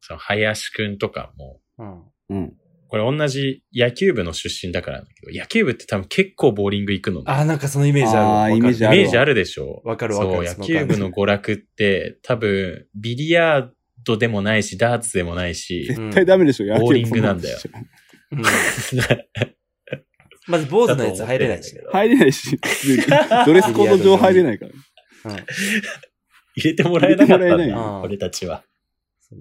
[SPEAKER 1] その林くんとかも、
[SPEAKER 4] うん。
[SPEAKER 2] うん。
[SPEAKER 1] これ同じ野球部の出身だからなんだけど、野球部って多分結構ボーリング行くのね。
[SPEAKER 4] ああ、なんかそのイメージあるわ。
[SPEAKER 2] あー
[SPEAKER 4] わかる
[SPEAKER 2] イメージ
[SPEAKER 1] イ
[SPEAKER 2] あるわ
[SPEAKER 1] メージあるでしょ
[SPEAKER 4] わかるわか
[SPEAKER 1] <laughs> そう、
[SPEAKER 4] る。
[SPEAKER 1] 野
[SPEAKER 4] その
[SPEAKER 1] 球部の娯楽って多分、ビリヤートでもないし、ダーツでもないし、
[SPEAKER 2] 絶対ダメでしょ、野球
[SPEAKER 1] ボーリングなんだよ
[SPEAKER 2] そなことし
[SPEAKER 4] うんまず坊主のやつ入れないし。
[SPEAKER 2] ちゃ <laughs> 入れないし、ドレスコード上入れないから。
[SPEAKER 1] 入れてもらえなか
[SPEAKER 2] 入れて
[SPEAKER 4] も
[SPEAKER 1] ったんだ
[SPEAKER 4] らえない
[SPEAKER 1] よ、俺たちは。そ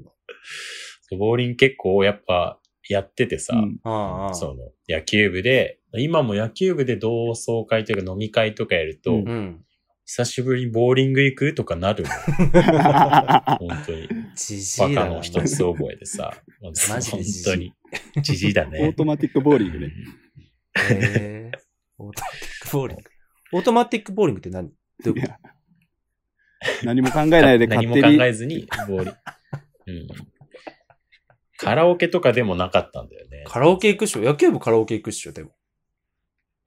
[SPEAKER 1] うボーリング結構やっぱやっててさ、
[SPEAKER 2] うん
[SPEAKER 4] ああ、
[SPEAKER 1] <laughs> その野球部で、今も野球部で同窓会というか飲み会とかやると、
[SPEAKER 2] う
[SPEAKER 4] う。うん。
[SPEAKER 1] 久しぶりにボーリング行くとかなる
[SPEAKER 4] <laughs>
[SPEAKER 1] もん。本当に。
[SPEAKER 4] じじ
[SPEAKER 1] バ
[SPEAKER 4] いだ
[SPEAKER 1] カ
[SPEAKER 4] な。
[SPEAKER 1] の一つ覚えでさ。本
[SPEAKER 4] マジでじじい
[SPEAKER 1] 当に。じじい
[SPEAKER 2] オ
[SPEAKER 1] だ
[SPEAKER 2] ー
[SPEAKER 1] ね。
[SPEAKER 2] トマティックボーリングね。
[SPEAKER 4] へー <laughs> オートマティックボーリング。オートマティックボーリングって何どういうこ
[SPEAKER 2] いや何も考えないで
[SPEAKER 1] 何
[SPEAKER 2] 勝
[SPEAKER 1] も
[SPEAKER 2] 手
[SPEAKER 1] 考
[SPEAKER 2] に。
[SPEAKER 1] えずにボーリング。うん。カラオケとかでもなかったんだよね
[SPEAKER 4] と。カラオケ行くっしょ野球部カラオケ行くっしょでも。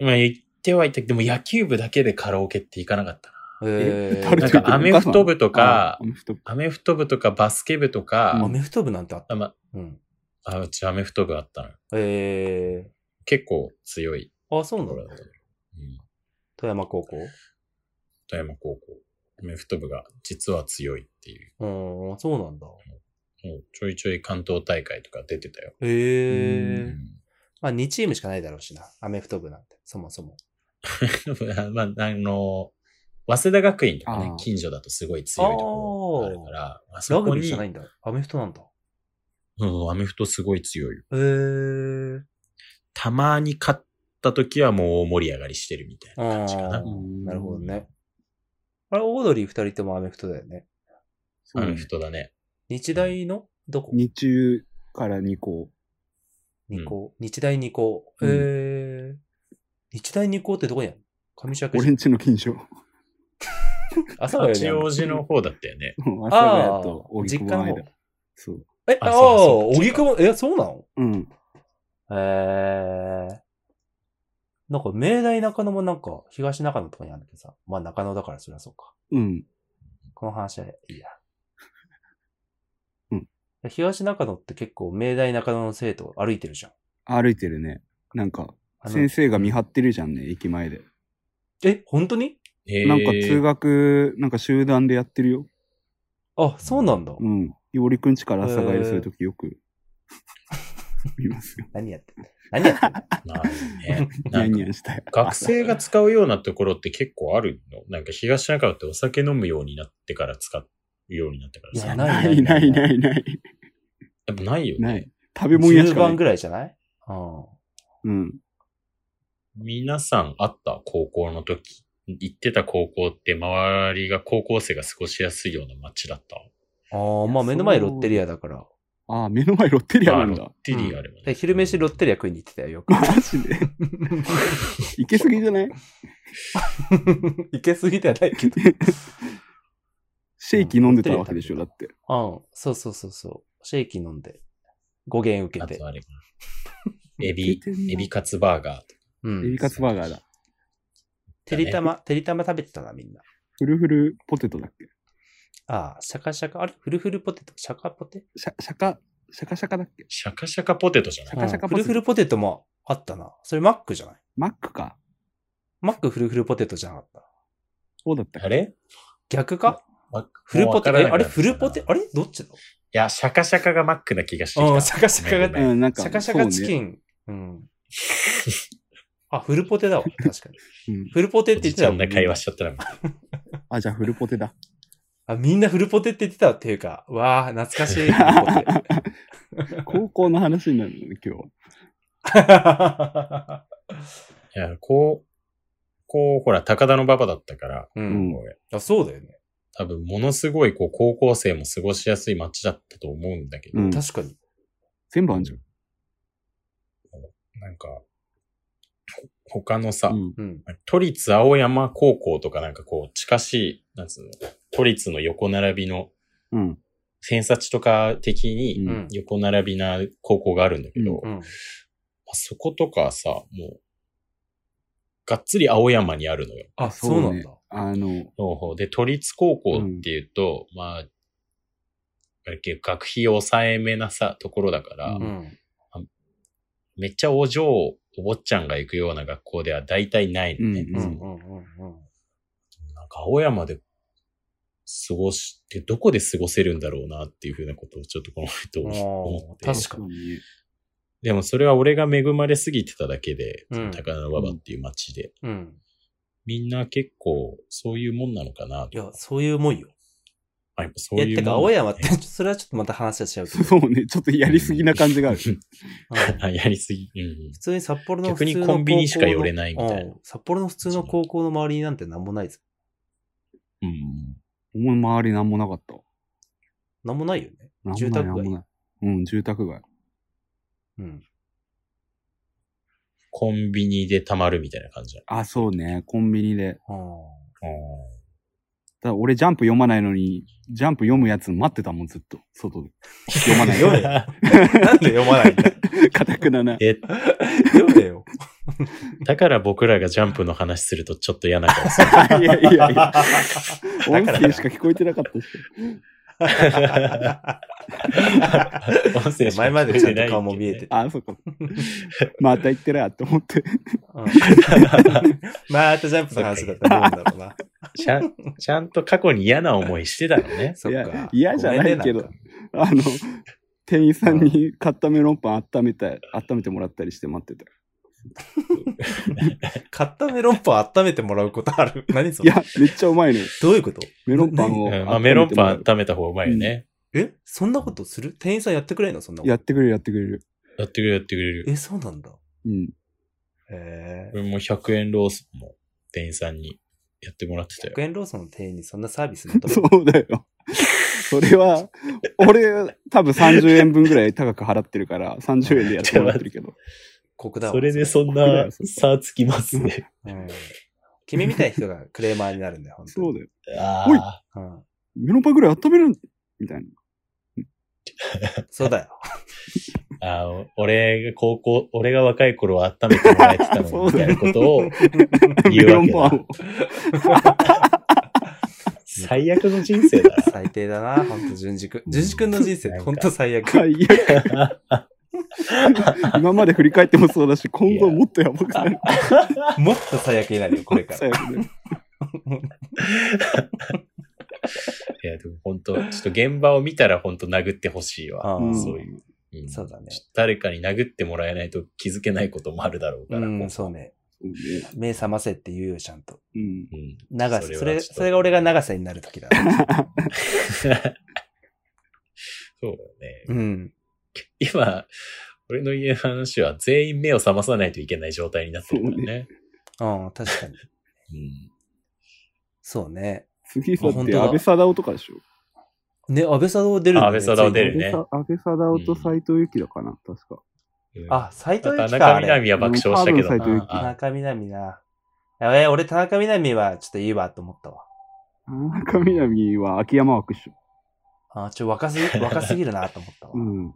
[SPEAKER 1] まあ言ってはいたけど、でも野球部だけでカラオケって行かなかったな。
[SPEAKER 4] え
[SPEAKER 2] 誰
[SPEAKER 1] なん
[SPEAKER 2] と行く
[SPEAKER 1] か
[SPEAKER 2] の
[SPEAKER 1] アメフト部とか
[SPEAKER 2] あ、アメフト部
[SPEAKER 1] アメフト部とかバスケ部と
[SPEAKER 2] う
[SPEAKER 4] ア
[SPEAKER 1] か、
[SPEAKER 4] メフト部なんてあった。
[SPEAKER 1] あま
[SPEAKER 4] うん。
[SPEAKER 1] あうちアメフト部あったの。
[SPEAKER 4] え
[SPEAKER 1] 結構強い
[SPEAKER 4] ー。あ、そう
[SPEAKER 1] と
[SPEAKER 4] な
[SPEAKER 1] こ
[SPEAKER 4] んだ
[SPEAKER 1] ろ。だったの。うん
[SPEAKER 4] 富山高校。
[SPEAKER 1] 富山高校、アメフト部が実は強いっていう。
[SPEAKER 4] うん、そうなんだ。
[SPEAKER 1] もうちょいちょい関東大会とか出てたよ。
[SPEAKER 4] へ
[SPEAKER 1] う
[SPEAKER 4] え。まあ、2チームしかないだろうしな。アメフト部なんて、そもそも。
[SPEAKER 1] ん <laughs> まあ、あの、早稲田学院とかね
[SPEAKER 2] あー、
[SPEAKER 1] 近所だとすごい強いところがあるから、あ
[SPEAKER 4] ラ
[SPEAKER 1] そ
[SPEAKER 4] グ
[SPEAKER 1] こ
[SPEAKER 4] ビーじ
[SPEAKER 1] に
[SPEAKER 4] ゃな、いんだ。アメフトなんだ。
[SPEAKER 1] うん、アメフトすごい強いよ。
[SPEAKER 4] へえ。
[SPEAKER 1] たまに勝った時はもう大盛り上がりしてるみたいな感じか
[SPEAKER 4] あ
[SPEAKER 1] な
[SPEAKER 4] ー。なるほど。ね。あれ、オードリー2人ともアメフトだよね。
[SPEAKER 2] そう
[SPEAKER 1] アメ
[SPEAKER 2] ね
[SPEAKER 1] フトだね。
[SPEAKER 4] 日大のどこ
[SPEAKER 2] 日中から2校。
[SPEAKER 4] 二校。日大二校。
[SPEAKER 2] うん
[SPEAKER 4] へえ。日大二校ってどこやん上尺
[SPEAKER 2] 俺んちの近所。 <laughs>
[SPEAKER 4] 朝が
[SPEAKER 1] 八王子の方だったよね。
[SPEAKER 2] うん阿佐ヶ谷
[SPEAKER 4] あ
[SPEAKER 2] と
[SPEAKER 4] あ、
[SPEAKER 2] 荻
[SPEAKER 4] 実
[SPEAKER 2] 窪
[SPEAKER 4] 家
[SPEAKER 2] の
[SPEAKER 4] の方
[SPEAKER 2] 間。。そう。
[SPEAKER 4] え、あ
[SPEAKER 1] あ
[SPEAKER 4] あ
[SPEAKER 1] そう
[SPEAKER 4] ー、
[SPEAKER 1] そう
[SPEAKER 4] 荻窪、え、そうなの
[SPEAKER 2] うん。
[SPEAKER 4] へえ。なんか、明大中野もなんか、東中野とかにあるけどさ。まあ、中野だからそりゃそうか。
[SPEAKER 2] うん。
[SPEAKER 4] この話はいいや。
[SPEAKER 2] うん。
[SPEAKER 4] 東中野って結構、明大中野の生徒歩いてるじゃん。
[SPEAKER 2] 歩いてるね。なんか、
[SPEAKER 4] あの
[SPEAKER 2] 先生が見張ってるじゃんね、駅前で。
[SPEAKER 4] え、本当に
[SPEAKER 1] へー
[SPEAKER 2] なんか通学、なんか集団でやってるよ。
[SPEAKER 4] あ、そうなんだ。
[SPEAKER 2] うん。いおりくんちから朝帰りするときよく、見ますよ。
[SPEAKER 4] 何やってんの何やってんの
[SPEAKER 1] なるね。
[SPEAKER 2] ニ
[SPEAKER 1] <laughs> な
[SPEAKER 2] ャ
[SPEAKER 1] ん
[SPEAKER 2] ン
[SPEAKER 1] か
[SPEAKER 2] ニャンしたい。
[SPEAKER 1] 学生が使うようなところって結構あるのなんか東中野ってお酒飲むようになってから使うようになってから
[SPEAKER 4] いや
[SPEAKER 1] さ。
[SPEAKER 4] な
[SPEAKER 2] ないないないない。
[SPEAKER 1] やっぱないよね。
[SPEAKER 2] ない。食べ物屋し
[SPEAKER 4] 10
[SPEAKER 2] か
[SPEAKER 4] 番
[SPEAKER 2] ない。
[SPEAKER 4] ぐらいじゃないうん。
[SPEAKER 2] うん。
[SPEAKER 1] 皆さんあった高校の時。行ってた高校って周りが高校生が過ごしやすいような街だった。
[SPEAKER 4] ああ、まあ目の前ロッテリアだから。
[SPEAKER 2] ああ、目の前ロッテリアなん
[SPEAKER 1] あロ
[SPEAKER 2] だ
[SPEAKER 1] ッ。テリアでもね。
[SPEAKER 4] で昼飯ロッテリア食いに行ってたよ、よ
[SPEAKER 2] <laughs>
[SPEAKER 4] く。
[SPEAKER 2] マジ
[SPEAKER 1] <laughs>
[SPEAKER 2] で。行けすぎじゃない
[SPEAKER 4] 行けすぎではないけど。
[SPEAKER 2] シェイキ飲んでたわけでしょ、だって。
[SPEAKER 4] うん、そうそうそうそう。シェイキ飲んで。語源受け
[SPEAKER 1] あ
[SPEAKER 4] て
[SPEAKER 1] と。あれかなエ
[SPEAKER 4] <laughs>
[SPEAKER 1] ビ
[SPEAKER 2] いけてん、な
[SPEAKER 1] エビカツバーガーとか
[SPEAKER 4] う
[SPEAKER 2] エビ
[SPEAKER 4] ん。
[SPEAKER 2] カツバーガーだ。
[SPEAKER 4] てりたま、てりたま食べてたな、みんな。
[SPEAKER 2] フルフルポテトだっけ
[SPEAKER 4] ああ、シャカシャカ、あれフルフルポテト、シャカポテ
[SPEAKER 2] シャシャカ、シャカシャカだっけ
[SPEAKER 1] シャカシャカポテトじゃな
[SPEAKER 2] シャ
[SPEAKER 1] い
[SPEAKER 2] カシャカ
[SPEAKER 4] うん
[SPEAKER 2] ポ
[SPEAKER 4] フ
[SPEAKER 2] テ
[SPEAKER 4] ル
[SPEAKER 2] ト
[SPEAKER 4] フルポテトもあったな。それマックじゃない
[SPEAKER 2] マックか。
[SPEAKER 4] マックフルフルポテトじゃなかった。
[SPEAKER 2] そうだったっ
[SPEAKER 1] あ
[SPEAKER 2] け
[SPEAKER 1] れ
[SPEAKER 4] 逆かフ
[SPEAKER 1] フル
[SPEAKER 4] ルポ
[SPEAKER 1] ポ
[SPEAKER 4] テト、
[SPEAKER 1] テト。
[SPEAKER 4] えあれフルポテ
[SPEAKER 1] い
[SPEAKER 4] あれどっちだ
[SPEAKER 1] や、シャカシャカがマックな気がしてき
[SPEAKER 4] うん、
[SPEAKER 1] た。
[SPEAKER 4] シャカシャカが
[SPEAKER 1] ごめんごめん
[SPEAKER 2] うん、なんか、
[SPEAKER 4] シャカシャカチ
[SPEAKER 2] そうね
[SPEAKER 4] キン。うん。あ、フル
[SPEAKER 2] <laughs>
[SPEAKER 4] ポテだわ。確かに。
[SPEAKER 2] うん
[SPEAKER 4] フルポテって
[SPEAKER 1] お
[SPEAKER 4] 言
[SPEAKER 1] じ
[SPEAKER 4] っ
[SPEAKER 1] ち
[SPEAKER 4] てた
[SPEAKER 1] ゃ
[SPEAKER 4] も
[SPEAKER 1] ん
[SPEAKER 4] ん
[SPEAKER 1] な会話しちゃったら、
[SPEAKER 2] あ、じゃあフルポテだ。
[SPEAKER 4] あ、みんなフルポテって言ってたっていうか、わあ、懐かし
[SPEAKER 2] <laughs>
[SPEAKER 4] い。フルポテ <laughs>
[SPEAKER 2] 高校の話になるのね、今日は。
[SPEAKER 1] いや、こう、こう、ほら、高田の馬場だったから、
[SPEAKER 4] う。
[SPEAKER 2] うんん。
[SPEAKER 4] あ、そうだよね。
[SPEAKER 1] 多分、ものすごい、こう、高校生も過ごしやすい街だったと思うんだけど、
[SPEAKER 2] うん
[SPEAKER 4] 確かに。
[SPEAKER 2] 全部あんじゃん。
[SPEAKER 1] なんか、ほ他のさ、
[SPEAKER 2] うん
[SPEAKER 4] うん。
[SPEAKER 1] 都立青山高校とかなんかこう、近しい、なんつうの、都立の横並びの、
[SPEAKER 2] うん。
[SPEAKER 1] 偏差値とか的
[SPEAKER 2] う
[SPEAKER 1] に
[SPEAKER 2] ん
[SPEAKER 4] うん。
[SPEAKER 1] 横並びな高校があるんだけど、
[SPEAKER 4] うん。
[SPEAKER 1] まあそことかはさ、もう、がっつり青山にあるのよ。
[SPEAKER 4] あ、そうなんだ。
[SPEAKER 2] あの、
[SPEAKER 1] ほうほうで、都立高校っていうと、まあ、あれ結構学費抑えめなさ、ところだから、
[SPEAKER 2] う
[SPEAKER 4] う
[SPEAKER 2] ね
[SPEAKER 4] ん。
[SPEAKER 1] めっちゃお嬢、お坊ちゃんが行くような学校では大体ないのね。
[SPEAKER 2] うん
[SPEAKER 4] うん。う
[SPEAKER 1] そ
[SPEAKER 4] ん。うん。うん
[SPEAKER 1] なんか青山で過ごして、どこで過ごせるんだろうなっていうふうなことをちょっとこの人思って。
[SPEAKER 4] あー確かに
[SPEAKER 2] に。
[SPEAKER 1] でもそれは俺が恵まれすぎてただけで、
[SPEAKER 4] うん
[SPEAKER 1] 高田馬場っていう街で、
[SPEAKER 4] うん。
[SPEAKER 1] みんな結構そういうもんなのかなと。
[SPEAKER 4] いや、そういうもんよ。
[SPEAKER 1] あやっぱそ
[SPEAKER 4] いうや、
[SPEAKER 1] いう
[SPEAKER 4] てか、
[SPEAKER 1] もん
[SPEAKER 4] 青
[SPEAKER 1] だね
[SPEAKER 4] 山って、それはちょっとまた話は違うけど。
[SPEAKER 2] そうね、ちょっとやりすぎな感じがある。
[SPEAKER 4] うん
[SPEAKER 1] <laughs> あ、やりすぎ。うん
[SPEAKER 4] 普。通に札幌の
[SPEAKER 1] 逆に
[SPEAKER 4] 普通の
[SPEAKER 1] コンビニしか
[SPEAKER 4] 高校の
[SPEAKER 1] 寄れないみたいな
[SPEAKER 4] うん札幌の普通の高校の周りになんてなんもないです。
[SPEAKER 1] うん。
[SPEAKER 2] お前周りなんもなかったわ。
[SPEAKER 4] なんもないよね。
[SPEAKER 2] なんもない
[SPEAKER 4] 住宅
[SPEAKER 2] なんも
[SPEAKER 4] 街。
[SPEAKER 2] ない。うん、住宅街。
[SPEAKER 4] うん。
[SPEAKER 1] コンビニで貯まるみたいな感じだ。
[SPEAKER 2] あ、そうね、コンビニで。
[SPEAKER 4] あー
[SPEAKER 2] ただ俺ジャンプ読まないのに、ジャンプ読むやつ待ってたもん、ずっと。外
[SPEAKER 4] <laughs>
[SPEAKER 2] で。読まないよ。 <laughs>
[SPEAKER 4] なんで読まないんだ
[SPEAKER 2] かたくなな。
[SPEAKER 1] え、
[SPEAKER 4] 読めよ。
[SPEAKER 1] だから僕らがジャンプの話するとちょっと嫌
[SPEAKER 4] <laughs>
[SPEAKER 1] な顔す
[SPEAKER 2] <laughs>
[SPEAKER 1] る。
[SPEAKER 2] いやいやいや。
[SPEAKER 1] だ
[SPEAKER 2] 音
[SPEAKER 1] から
[SPEAKER 2] 声しか聞こえてなかったし。
[SPEAKER 1] 音声しか
[SPEAKER 4] 前までちゃんと顔も見えてて。
[SPEAKER 2] あ、そっか。また行ってらって思って。
[SPEAKER 4] うんまあ、あとジャンプの話だったらどうなんだろうな。
[SPEAKER 1] ちゃんちゃんと過去に嫌な思いしてたの
[SPEAKER 4] <laughs>
[SPEAKER 1] ね。
[SPEAKER 4] そっ
[SPEAKER 2] <laughs>
[SPEAKER 4] か。
[SPEAKER 2] いや嫌じゃないけどあの、店員さんに買ったメロンパン温めた、温めてもらったりして待ってた。
[SPEAKER 4] 買ったメロンパン温めてもらうことある何そ
[SPEAKER 2] い
[SPEAKER 4] れ
[SPEAKER 2] や、めっちゃうまいのよ。
[SPEAKER 4] どういうこと
[SPEAKER 2] メロンパン
[SPEAKER 1] う
[SPEAKER 2] を。
[SPEAKER 1] んまあ、メロンパン
[SPEAKER 2] 温
[SPEAKER 1] 温めた方がうまいよね。
[SPEAKER 4] えそんなことする店員さんやってくれんのそんな
[SPEAKER 2] めてもらう
[SPEAKER 4] こと。
[SPEAKER 2] やってくれるやってくれる。
[SPEAKER 1] やってくれるやってくれる。
[SPEAKER 4] え、そうなんだ。
[SPEAKER 2] うん。 <laughs>
[SPEAKER 4] へ
[SPEAKER 1] 俺も100円ロースの店員さんにやってもらってた
[SPEAKER 4] え。
[SPEAKER 1] よ。
[SPEAKER 4] 100円ローソンの店員にそんなサービス求
[SPEAKER 2] <laughs>
[SPEAKER 4] め
[SPEAKER 2] そ
[SPEAKER 4] る
[SPEAKER 2] うだよ。それは、俺、多分30円分ぐらい高く払ってるから、30円でやってもらってるけ
[SPEAKER 1] <laughs>
[SPEAKER 2] ど。
[SPEAKER 4] 国だわ
[SPEAKER 1] それでそん
[SPEAKER 2] だ
[SPEAKER 1] な
[SPEAKER 2] よそれ
[SPEAKER 1] 差つきますね。
[SPEAKER 4] うん君みたいな人がクレーマーになるんだよ、本当
[SPEAKER 2] そう
[SPEAKER 4] に。
[SPEAKER 2] だよ。おい
[SPEAKER 1] あ
[SPEAKER 4] うん
[SPEAKER 2] メロンパンぐらい温めるみたいな。
[SPEAKER 4] そうだよ。
[SPEAKER 1] ーあー、俺が高校、俺が若い頃は温めてもらえてたのにみたいなことを
[SPEAKER 2] メ
[SPEAKER 1] 言う
[SPEAKER 2] ロ
[SPEAKER 1] わ
[SPEAKER 2] ン
[SPEAKER 1] け
[SPEAKER 2] パ
[SPEAKER 1] だ
[SPEAKER 2] ン。を。
[SPEAKER 1] 最悪の人生だな。
[SPEAKER 4] 最低だな、本当淳二君。淳二君の人生って本当最悪。
[SPEAKER 2] 最
[SPEAKER 1] <laughs>
[SPEAKER 2] 悪。今まで振り返ってもそうだし、今後もっとやばくなる。
[SPEAKER 4] もっと最悪になるよ、これか
[SPEAKER 2] 最
[SPEAKER 4] ら。
[SPEAKER 2] 悪だよ
[SPEAKER 1] いや、でも本当、ちょっと現場を見たら本当殴ってほしいわ。
[SPEAKER 4] うん
[SPEAKER 1] そういう。うん
[SPEAKER 4] そうだね。
[SPEAKER 1] 誰かに殴ってもらえないと気づけないこともあるだろうから。
[SPEAKER 4] う
[SPEAKER 1] こ
[SPEAKER 4] ん、
[SPEAKER 1] う
[SPEAKER 4] そうね。
[SPEAKER 2] そうね
[SPEAKER 4] 目覚ませって言うよ、ちゃんと。
[SPEAKER 2] うん。
[SPEAKER 1] うん
[SPEAKER 4] 長
[SPEAKER 1] そ
[SPEAKER 4] 瀬、
[SPEAKER 1] れは
[SPEAKER 4] それ、
[SPEAKER 1] ちょっと
[SPEAKER 4] それが俺が長瀬になる時だ。
[SPEAKER 1] <laughs> そうだよ
[SPEAKER 4] う
[SPEAKER 1] ね。
[SPEAKER 4] ん。
[SPEAKER 1] 今、俺の家の話は全員目を覚まさないといけない状態になってるからね。
[SPEAKER 4] うん、確かに。
[SPEAKER 1] うん
[SPEAKER 4] そうね。
[SPEAKER 2] 次だ
[SPEAKER 4] あ
[SPEAKER 2] っ
[SPEAKER 4] 本
[SPEAKER 2] て
[SPEAKER 4] 当だ
[SPEAKER 2] 安倍貞夫とかでしょ
[SPEAKER 4] ね、安倍サダ出るんだ、ね、
[SPEAKER 1] あ安倍サダヲ出るね
[SPEAKER 2] 安倍さ安倍貞夫と斎藤由紀だかな、確か。
[SPEAKER 1] うん。
[SPEAKER 4] あ、斎藤
[SPEAKER 1] 田
[SPEAKER 4] 由貴か。
[SPEAKER 1] 中
[SPEAKER 4] あ
[SPEAKER 1] み
[SPEAKER 4] れ
[SPEAKER 1] な実は爆笑したけ
[SPEAKER 2] う
[SPEAKER 1] どな。
[SPEAKER 2] ん多分斉藤由
[SPEAKER 4] 田
[SPEAKER 1] あ
[SPEAKER 4] 中みなみな。え、俺田中みなみはちょっといいわと思ったわ。
[SPEAKER 2] 田中みな実は秋山枠っしょ。
[SPEAKER 4] あ、ちょ、若すぎ、若すぎるなと思った
[SPEAKER 1] <laughs>
[SPEAKER 4] わ。
[SPEAKER 2] うん。
[SPEAKER 1] うん。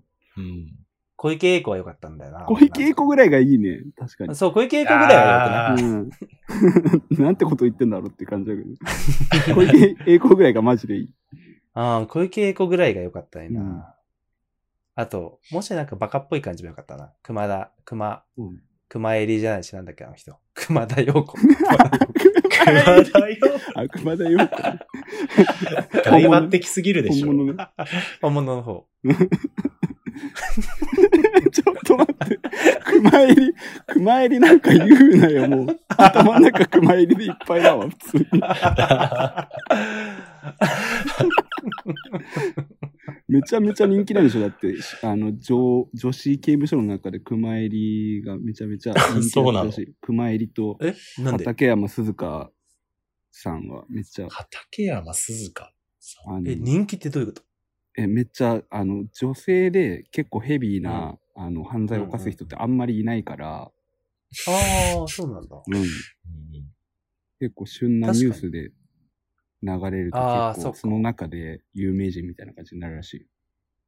[SPEAKER 4] 小池栄子は良かったんだよな。
[SPEAKER 2] 小池栄子ぐらいがいいね。確かに。
[SPEAKER 4] そう、小池栄子ぐらいは
[SPEAKER 1] あ
[SPEAKER 4] 良く
[SPEAKER 1] ー
[SPEAKER 2] うん。なん <laughs> てこと言ってんだろうって感じだけど。小池栄子ぐらいがマジでいい。
[SPEAKER 4] ない。うん、小池栄子ぐらいが良かったよな。
[SPEAKER 2] うん
[SPEAKER 4] あと、もしなんかバカっぽい感じも良かったな。熊田、熊、
[SPEAKER 2] うん
[SPEAKER 4] 熊襟じゃないし、なんだっけ、あの人。 <laughs> 熊田陽
[SPEAKER 1] <laughs>
[SPEAKER 4] 子。
[SPEAKER 1] 熊だよ。
[SPEAKER 2] あくまでよく。
[SPEAKER 1] 大抜擢すぎるでし
[SPEAKER 2] 本
[SPEAKER 1] ょ。
[SPEAKER 2] 物ね。
[SPEAKER 4] 本物の方。
[SPEAKER 2] <laughs> ちょっと待って。熊襟、熊襟なんか言うなよ、もう。頭の中熊襟でいっぱいだわ、普通に。めちゃめちゃ人気なんでしょだって、あの、女、女子刑務所の中で熊襟がめちゃめちゃ人気
[SPEAKER 1] そうな
[SPEAKER 2] だ
[SPEAKER 1] の
[SPEAKER 2] ったし、熊襟と
[SPEAKER 4] えなんで
[SPEAKER 2] 畠山鈴香さんはめっちゃ、
[SPEAKER 1] 畠山鈴香さん。
[SPEAKER 2] あの
[SPEAKER 4] え、人気ってどういうこと
[SPEAKER 2] えめっちゃ、あの、女性で結構ヘビーな、あの、犯罪を犯す人ってあんまりいないから、
[SPEAKER 4] ああ、そうなんだ。
[SPEAKER 2] うん
[SPEAKER 1] うん
[SPEAKER 2] 結構旬なニュースで流れると
[SPEAKER 4] あー
[SPEAKER 2] 結
[SPEAKER 4] そっ
[SPEAKER 2] 構
[SPEAKER 4] か
[SPEAKER 2] その中で有名人みたいな感じになるらしい。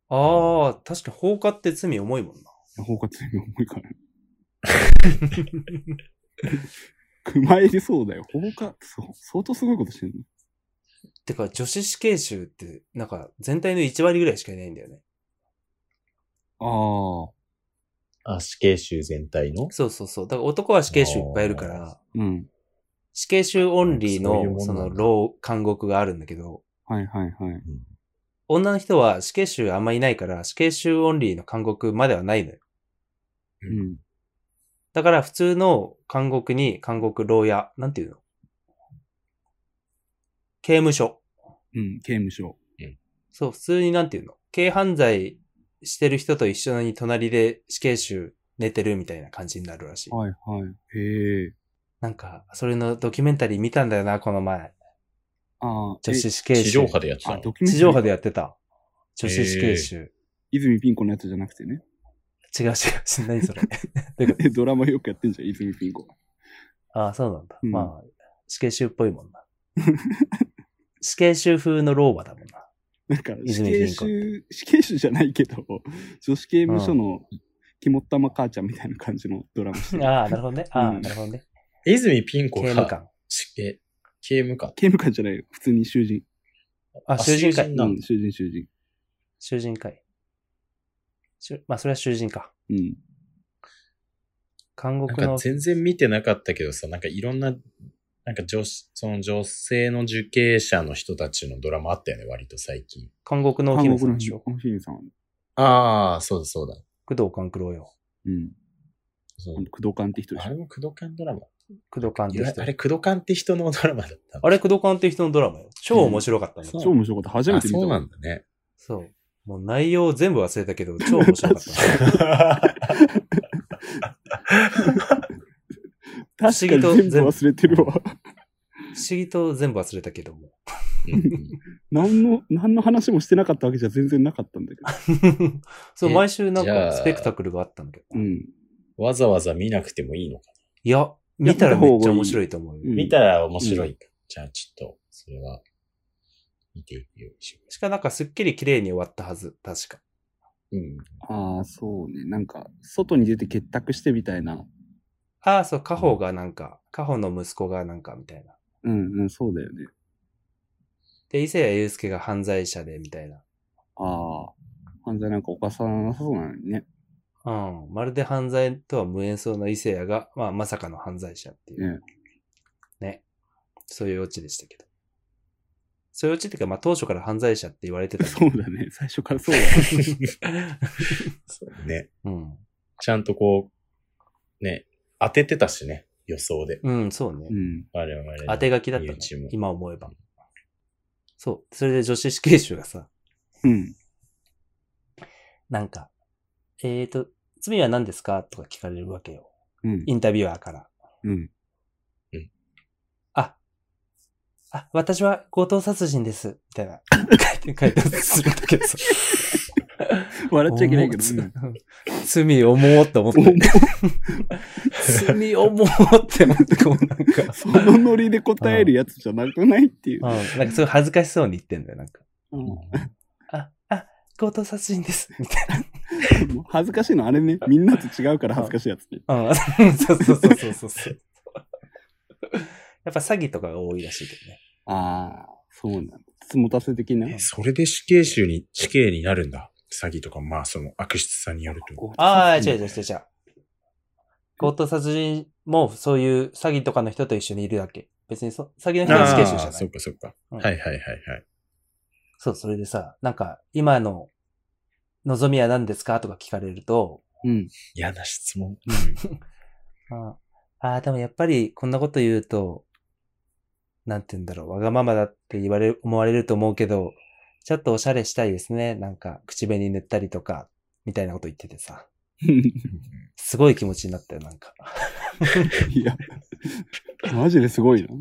[SPEAKER 4] ああ、確かに放火って罪重いもんな。
[SPEAKER 2] 包括に重い
[SPEAKER 4] <laughs>
[SPEAKER 2] から。熊襟そうだよ。放火、そう、相当すごいことしてんの。
[SPEAKER 4] てか、女子死刑囚って、なんか、全体の1割ぐらいしかいないんだよね。
[SPEAKER 2] ああ。
[SPEAKER 1] あ、死刑囚全体の
[SPEAKER 4] そうそうそう。だから男は死刑囚いっぱいいるから、
[SPEAKER 2] うん。
[SPEAKER 4] 死刑囚オンリー
[SPEAKER 1] そういうも
[SPEAKER 4] の、
[SPEAKER 1] んな
[SPEAKER 4] そ
[SPEAKER 1] んだ
[SPEAKER 4] の、牢、監獄があるんだけど、
[SPEAKER 2] はいはいはい。
[SPEAKER 4] 女の人は死刑囚あんまいないから、死刑囚オンリーの監獄まではないのよ。
[SPEAKER 2] うん。
[SPEAKER 4] だから普通の監獄に監獄牢屋、なんていうの刑務所。
[SPEAKER 2] うん。刑務所。
[SPEAKER 4] そう、普通になんていうの軽犯罪してる人と一緒に隣で死刑囚寝てるみたいな感じになるらしい。
[SPEAKER 2] はいはい。へえ。
[SPEAKER 4] なんか、それのドキュメンタリー見たんだよな、この前。
[SPEAKER 2] ああ、
[SPEAKER 4] 女子
[SPEAKER 2] え
[SPEAKER 4] 死刑囚。
[SPEAKER 1] 地上波でやってた
[SPEAKER 2] あ、
[SPEAKER 1] の
[SPEAKER 2] ドキュメンタリー
[SPEAKER 4] 地上波でやってた。女子死刑囚。
[SPEAKER 2] 泉ピン子のやつじゃなくてね。
[SPEAKER 4] 違う違う、何それ。
[SPEAKER 2] えドラマよくやってんじゃん、泉ピン子。
[SPEAKER 4] ああ、そうなんだ。
[SPEAKER 2] うん
[SPEAKER 4] まあ、死刑囚っぽいもんな。 <laughs> 死刑囚風の老婆だもんな。
[SPEAKER 2] なんか、死
[SPEAKER 4] 泉
[SPEAKER 2] 刑
[SPEAKER 4] ピン子
[SPEAKER 2] 囚、死刑囚じゃないけど、女子刑務所の肝っ玉母ちゃんみたいな感じのドラマして <laughs> る。
[SPEAKER 4] ああ、なるほどね。ああ、
[SPEAKER 2] うん
[SPEAKER 4] なるほどね。
[SPEAKER 1] 泉ピン
[SPEAKER 4] 刑
[SPEAKER 1] 子
[SPEAKER 4] 務
[SPEAKER 1] が
[SPEAKER 4] 官。
[SPEAKER 1] 死刑、刑務官。
[SPEAKER 2] 刑務官じゃないよ。普通に囚人。
[SPEAKER 4] あ、囚人
[SPEAKER 1] 囚
[SPEAKER 4] 会
[SPEAKER 1] 人。
[SPEAKER 2] う
[SPEAKER 1] なん
[SPEAKER 2] ん、囚人、囚人。
[SPEAKER 4] 囚人会。囚まあ、それは囚人か。
[SPEAKER 2] うん。
[SPEAKER 4] 監
[SPEAKER 1] なん
[SPEAKER 4] 獄
[SPEAKER 1] か
[SPEAKER 4] の。
[SPEAKER 1] 全然見てなかったけどさ、なんかいろんな、なんか女子、その女性の受刑者の人たちのドラマあったよね、割と最近。
[SPEAKER 4] 監獄のお
[SPEAKER 2] 韓
[SPEAKER 4] 姫さ
[SPEAKER 2] 国
[SPEAKER 4] ん
[SPEAKER 2] の
[SPEAKER 4] で
[SPEAKER 2] ヒ
[SPEAKER 4] し
[SPEAKER 2] ロ
[SPEAKER 4] ょ。
[SPEAKER 2] さん。
[SPEAKER 1] ああ、そうだそうだ。
[SPEAKER 4] 工藤官九郎よ。
[SPEAKER 2] うん。
[SPEAKER 1] そう
[SPEAKER 2] あの工藤官って人でし
[SPEAKER 1] あ
[SPEAKER 2] ょ。
[SPEAKER 1] れも工藤館ドラマ。
[SPEAKER 4] 工藤官っ
[SPEAKER 1] い
[SPEAKER 4] て
[SPEAKER 1] や
[SPEAKER 4] 人。
[SPEAKER 1] あれ、工藤館って人のドラマだったの
[SPEAKER 4] あれ、工藤官って人のドラマよ。超面白かったね。
[SPEAKER 1] うん
[SPEAKER 2] 超面白かった。初め
[SPEAKER 1] あ
[SPEAKER 2] て見た。
[SPEAKER 1] そうなんだね。
[SPEAKER 4] そう。もう内容全部忘れたけど、超面白かった。
[SPEAKER 2] 確かに
[SPEAKER 4] 不思
[SPEAKER 2] 全
[SPEAKER 4] 議と
[SPEAKER 2] 部忘れてるわ。
[SPEAKER 4] 不思議と全部忘れたけども。
[SPEAKER 1] うんうん
[SPEAKER 2] <laughs> 何の、何の話もしてなかったわけじゃ全然なかったんだけど。
[SPEAKER 4] そう、
[SPEAKER 1] え
[SPEAKER 4] 毎週なん
[SPEAKER 1] じゃ
[SPEAKER 4] か
[SPEAKER 1] あ
[SPEAKER 4] スペクタクルがあったんだけ
[SPEAKER 2] う
[SPEAKER 4] ど。
[SPEAKER 2] ん。
[SPEAKER 1] わざわざ見なくてもいいのか。
[SPEAKER 4] いや、見たらめっちゃ面白いと思うよ。
[SPEAKER 2] うん
[SPEAKER 1] 見たら面白い。じゃあ、ちょっと、それは、見ていくようにしよ
[SPEAKER 4] しかなんかすっきり綺麗に終わったはず、確か。
[SPEAKER 1] う。うん。
[SPEAKER 2] ああ、そうね。なんか、外に出て結託してみたいな。
[SPEAKER 4] ああ、そう、カホがなんか、カホの息子がなんかみたいな。
[SPEAKER 2] うん、うん、そうだよね。
[SPEAKER 4] で、伊勢谷友介が犯罪者でみたいな。
[SPEAKER 2] ああ。犯罪なんか犯さなさそうなのにね。 <laughs>
[SPEAKER 4] うん。まるで犯罪とは無縁そうな伊勢谷が、まあ、まさかの犯罪者っていう。
[SPEAKER 2] ね
[SPEAKER 4] ね。そういうオチでしたけど。そういうオチっていうか、まあ、当初から犯罪者って言われてたけど
[SPEAKER 2] そうだね。最初からそうだね。
[SPEAKER 1] そう <laughs> ね。
[SPEAKER 4] <laughs> うん。
[SPEAKER 1] ちゃんとこう、ね、当ててたしね、予想で。
[SPEAKER 4] うん、そうね
[SPEAKER 2] う。ん。
[SPEAKER 1] 我々の。
[SPEAKER 4] 当て書きだったね
[SPEAKER 1] 身内も。
[SPEAKER 4] 今思えば。そう。それで女子死刑囚がさ、
[SPEAKER 2] うん。
[SPEAKER 4] なんか、えーと、罪は何ですかとか聞かれるわけよ。
[SPEAKER 2] うん。
[SPEAKER 4] インタビュアーから。
[SPEAKER 2] うん。
[SPEAKER 4] あ、あ、私は強盗殺人です。みた
[SPEAKER 2] <laughs>
[SPEAKER 4] いな。書いて、書いてするんだけどさ。
[SPEAKER 2] 笑っちゃいけない
[SPEAKER 4] <laughs>
[SPEAKER 2] けど。
[SPEAKER 4] 重
[SPEAKER 2] う
[SPEAKER 4] っ
[SPEAKER 2] ん
[SPEAKER 4] 罪重っって思って。罪重っって思って、こうなん
[SPEAKER 2] <laughs>
[SPEAKER 4] か。
[SPEAKER 2] そのノリで答えるやつじゃなくないっていう
[SPEAKER 4] う。ん、なんかすごい恥ずかしそうに言ってんだよ、なんか。
[SPEAKER 2] うんも
[SPEAKER 4] あ、あ、強盗殺人です。みたいう
[SPEAKER 2] 恥ずかしいの、あれね。みんなと違うから恥ずかしいやつね。
[SPEAKER 4] な。うん、 <laughs> そうそうそうそうそうそう。やっぱ詐欺とかが多いらしいけどね。
[SPEAKER 2] ああ、そうなんだ。つもたせ的な。
[SPEAKER 1] え、それで死刑囚に、死刑になるんだ。詐欺とか、まあ、その悪質さによると。
[SPEAKER 4] ああ、
[SPEAKER 2] う
[SPEAKER 4] 違う違う違う違う。強盗殺人もそういう詐欺とかの人と一緒にいるだけ。別にそ詐欺の人は死刑囚じゃ
[SPEAKER 1] あ
[SPEAKER 4] な
[SPEAKER 1] ーそ
[SPEAKER 4] い。
[SPEAKER 1] っかそっか。
[SPEAKER 4] うん
[SPEAKER 1] はいはいはいはい。
[SPEAKER 4] そう、それでさ、なんか今の望みは何ですかとか聞かれると、
[SPEAKER 2] うん。
[SPEAKER 1] 嫌な質問。
[SPEAKER 4] ああー、でもやっぱりこんなこと言うと、なんて言うんだろう、わがままだって言われ、思われると思うけど、ちょっとおしゃれしたいですね。なんか、口紅塗ったりとか、みたいなこと言っててさ、すごい気持ちになったよ、なんか。
[SPEAKER 2] <laughs> いや、マジですごいな。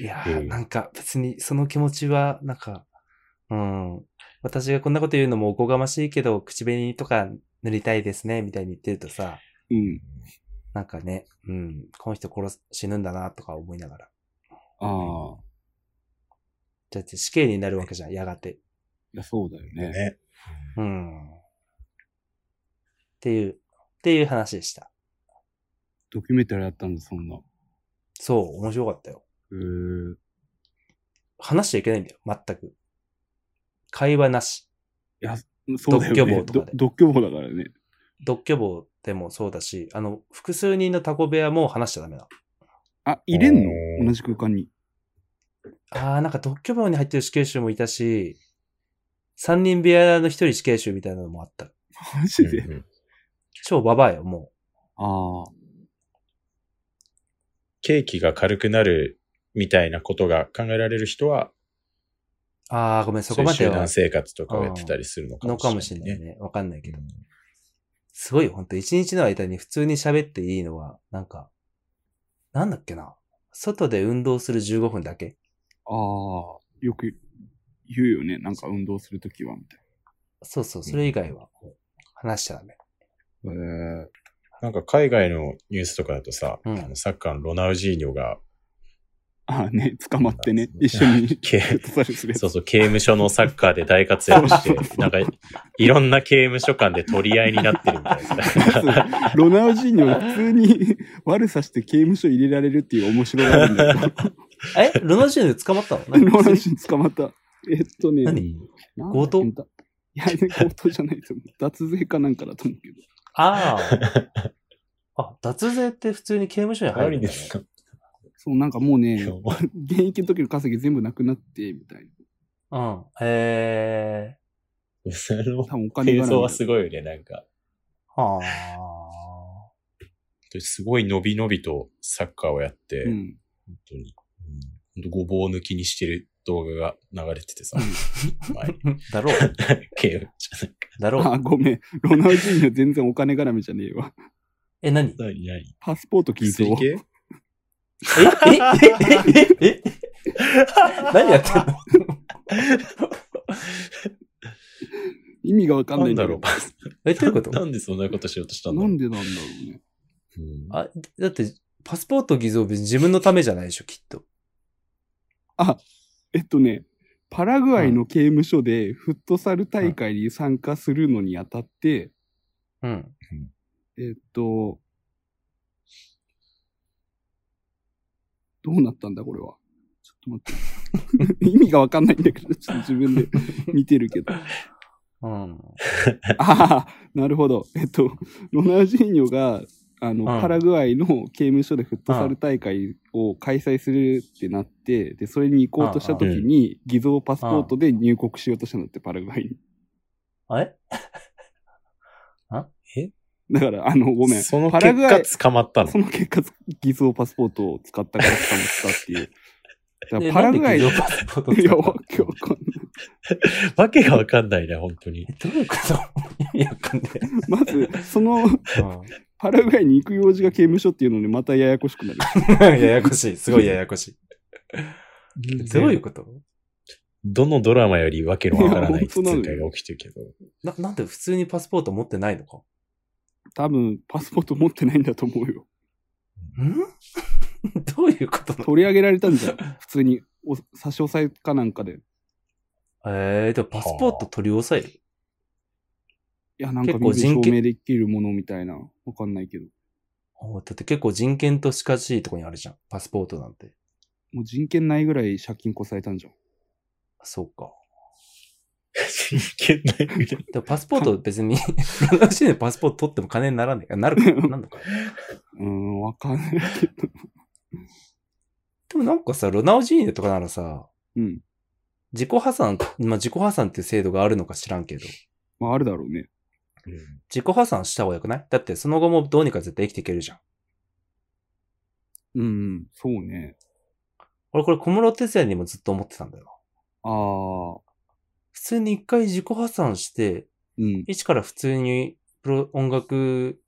[SPEAKER 4] いや
[SPEAKER 1] う
[SPEAKER 4] ー、
[SPEAKER 1] ん
[SPEAKER 4] なんか別にその気持ちは、なんか、うん、私がこんなこと言うのもおこがましいけど、口紅とか塗りたいですね、みたいに言ってるとさ、
[SPEAKER 2] うん。
[SPEAKER 4] なんかね、うん、この人殺す、死ぬんだな、とか思いながら。
[SPEAKER 2] ああ、
[SPEAKER 4] だって死刑になるわけじゃん、やがて。
[SPEAKER 2] いや、そうだよね。
[SPEAKER 1] ね。
[SPEAKER 4] うん。っていう、っていう話でした。
[SPEAKER 2] ドキュメンタリーやったんだ、そんな。へ
[SPEAKER 4] そう、面白かったよ。
[SPEAKER 2] え。
[SPEAKER 4] 話しちゃいけないんだよ、全く。会話なし。
[SPEAKER 2] そうだよね。
[SPEAKER 4] 独居房とかで
[SPEAKER 2] ど独居房だからね。
[SPEAKER 4] 独居房でもそうだし、あの、複数人のタコ部屋も話しちゃダメだ。
[SPEAKER 2] あ、入れん
[SPEAKER 1] お
[SPEAKER 2] の
[SPEAKER 1] ー
[SPEAKER 2] 同じ空間に。
[SPEAKER 4] ああ、なんか独居房に入ってる死刑囚もいたし、三人部屋の一人死刑囚みたいなのもあった。
[SPEAKER 2] マジで、
[SPEAKER 1] うんうん
[SPEAKER 4] 超ババアよ、も
[SPEAKER 2] ああ。
[SPEAKER 1] ケーキが軽くなるみたいなことが考えられる人は、
[SPEAKER 4] う。ああ、ごめん、そこ
[SPEAKER 1] そういう
[SPEAKER 4] まで
[SPEAKER 1] 集
[SPEAKER 4] は
[SPEAKER 1] 団。生活とかをやってたりするの
[SPEAKER 4] の
[SPEAKER 1] か
[SPEAKER 4] か
[SPEAKER 1] も
[SPEAKER 4] も
[SPEAKER 1] し
[SPEAKER 4] し
[SPEAKER 1] れ
[SPEAKER 4] れ
[SPEAKER 1] な
[SPEAKER 4] ないい
[SPEAKER 1] ね。
[SPEAKER 4] ね。わかんないけど
[SPEAKER 1] う。ん
[SPEAKER 4] すごいよ、ほんと。一日の間に普通に喋っていいのは、なんか、なんだっけな。外で運動する15分だけ。
[SPEAKER 2] ああ。よく言うよね。なんか運動するときは、みたい
[SPEAKER 4] そうそう、それ以外は、もう話しちゃダメ。
[SPEAKER 2] な。え
[SPEAKER 1] なんか海外のニュースとかだとさ、
[SPEAKER 4] うん
[SPEAKER 1] あのサッカーのロナウジーニョが、
[SPEAKER 2] ああね、捕まってね、一緒に
[SPEAKER 1] 刑 <laughs>
[SPEAKER 2] フットサルするやつ
[SPEAKER 1] そうそう、刑務所のサッカーで大活躍し
[SPEAKER 2] そうそう
[SPEAKER 4] <laughs>
[SPEAKER 1] て、
[SPEAKER 2] そう
[SPEAKER 1] なんか、いろんな刑務所間で取り合いになってるみた
[SPEAKER 4] <laughs>
[SPEAKER 1] い
[SPEAKER 2] <laughs>
[SPEAKER 1] な。
[SPEAKER 2] ロナウジーニョは普通に <laughs> 悪さして刑務所入れられるっていう面白があるんだけど、
[SPEAKER 4] えロナウジーニョで捕まったの
[SPEAKER 2] ロ
[SPEAKER 4] 何
[SPEAKER 2] ナウジーニョ捕まった。えっとね、
[SPEAKER 4] 何
[SPEAKER 2] なんだ
[SPEAKER 4] 強盗
[SPEAKER 2] いや、ね、強盗じゃないと思う。脱税かなんかだと思うけど。
[SPEAKER 4] ああ。あ、脱税って普通に刑務所に入
[SPEAKER 1] あ
[SPEAKER 4] る
[SPEAKER 1] り
[SPEAKER 4] んだ
[SPEAKER 1] で
[SPEAKER 4] ね
[SPEAKER 1] す <laughs> か
[SPEAKER 2] そう、なんかもうね、
[SPEAKER 4] <laughs>
[SPEAKER 1] 今日
[SPEAKER 2] 現役の時の稼ぎ全部なくなって、みたいな。
[SPEAKER 4] うん。え
[SPEAKER 1] その
[SPEAKER 2] 多分お金
[SPEAKER 1] 映
[SPEAKER 2] が
[SPEAKER 1] 像はすごいよね、なんか。
[SPEAKER 4] ー。はあ。
[SPEAKER 1] すごい伸び伸びとサッカーをやって、
[SPEAKER 2] うん。
[SPEAKER 1] 本当に、うん、本当ごぼう抜きにしてる動画が流れててさ、前に
[SPEAKER 4] だろう。
[SPEAKER 1] 刑務所じゃ
[SPEAKER 4] だろう。
[SPEAKER 2] <laughs> あ、ごめん。ロナウジーニョ全然お金絡みじゃねえわ。
[SPEAKER 4] え、何
[SPEAKER 1] ない何何
[SPEAKER 2] パスポート聞いて
[SPEAKER 1] 薬
[SPEAKER 2] よ。
[SPEAKER 1] 系
[SPEAKER 4] ええええええ <laughs> 何やってんの
[SPEAKER 2] 意味がわかん
[SPEAKER 1] な
[SPEAKER 2] ないん
[SPEAKER 1] んだ
[SPEAKER 2] だろ
[SPEAKER 1] ろう
[SPEAKER 2] う。
[SPEAKER 4] え、どういうこ
[SPEAKER 1] な
[SPEAKER 4] と
[SPEAKER 1] んでそんなことしようとしたんだ
[SPEAKER 2] な
[SPEAKER 1] ろうん
[SPEAKER 2] でなんだろうね。
[SPEAKER 1] うん
[SPEAKER 4] あ、だって、パスポート偽造別に自分のためじゃないでしょ、きっと。
[SPEAKER 2] えっとね、パラグアイの刑務所でフットサル大会に参加するのにあたって、
[SPEAKER 4] うん。
[SPEAKER 2] えっと、どうなったんだ、これは。ちょっと待って。 <laughs> 意味がわかんないんだけど、ちょっと自分で見てるけど。
[SPEAKER 4] う
[SPEAKER 2] あ
[SPEAKER 4] ん。
[SPEAKER 2] あ、なるほど。えっと、ロナウジーニョが、あの、
[SPEAKER 4] うん
[SPEAKER 2] パラグアイの刑務所でフットサル大会を開催するってなって、で、それに行こうとした時に、偽造パスポートで入国しようとしたんだって、パラグアイに。
[SPEAKER 4] あれ
[SPEAKER 2] だから、あの、ごめん。
[SPEAKER 1] その
[SPEAKER 2] パラグアイ
[SPEAKER 1] 結果捕まったの
[SPEAKER 2] そ。の結果、偽造パスポートを使ったから捕まったって
[SPEAKER 4] <laughs>
[SPEAKER 2] いう。だか
[SPEAKER 4] え
[SPEAKER 2] らパラグアイ、い
[SPEAKER 4] な
[SPEAKER 2] や
[SPEAKER 4] んで偽造パスポート使ったの、
[SPEAKER 2] わけわかんない。
[SPEAKER 1] わけがわかんないね、本当に
[SPEAKER 4] え。どういうこと意味わかんない。
[SPEAKER 2] まず、その、パラグアイに行く用事が刑務所っていうのにまたややこしくなる。
[SPEAKER 4] <laughs> ややこしい。すごいややこしい。 <laughs> どういうこと
[SPEAKER 1] どのドラマよりわけのわからない展開が起きてるけど。
[SPEAKER 4] な、なんで普通にパスポート持ってないのか
[SPEAKER 2] 多分、パスポート持ってないんだと思うよ。
[SPEAKER 4] ん <laughs> どういうことなの
[SPEAKER 2] 取り上げられたんじ <laughs> ゃん。普通にお差し押さえかなんかで。い
[SPEAKER 4] えー、でもパスポート取り押さえる
[SPEAKER 2] や、なんか
[SPEAKER 4] 結構
[SPEAKER 2] 身で
[SPEAKER 4] 人
[SPEAKER 2] 証
[SPEAKER 4] 権
[SPEAKER 2] 明できるものみたいな。わかんないけど。
[SPEAKER 4] おだって結構人権と近しいとこにあるじゃん。パスポートなんて。
[SPEAKER 2] もう人権ないぐらい借金こされたんじゃん。
[SPEAKER 4] そうか。
[SPEAKER 1] 真剣な意味で
[SPEAKER 4] でもパスポート別に、 <laughs> ロナウジーニョパスポート取っても金にならねえ。あなる <laughs> か。なんだか。
[SPEAKER 2] うーん、わかんない <laughs> けど。
[SPEAKER 4] でもなんかさ、ロナウジーニョとかならさ、
[SPEAKER 2] うん。
[SPEAKER 4] 自己破産、まあ、自己破産っていう制度があるのか知らんけど、
[SPEAKER 2] まあ、あるだろうね。
[SPEAKER 4] 自己破産した方がよくないだってその後もどうにか絶対生きていけるじゃん。
[SPEAKER 2] うん、そうね。
[SPEAKER 4] 俺これ小室哲也にもずっと思ってたんだよな。
[SPEAKER 2] ああ、
[SPEAKER 4] 普通に一回自己破産して、
[SPEAKER 2] うん。
[SPEAKER 4] 一から普通にプロ音楽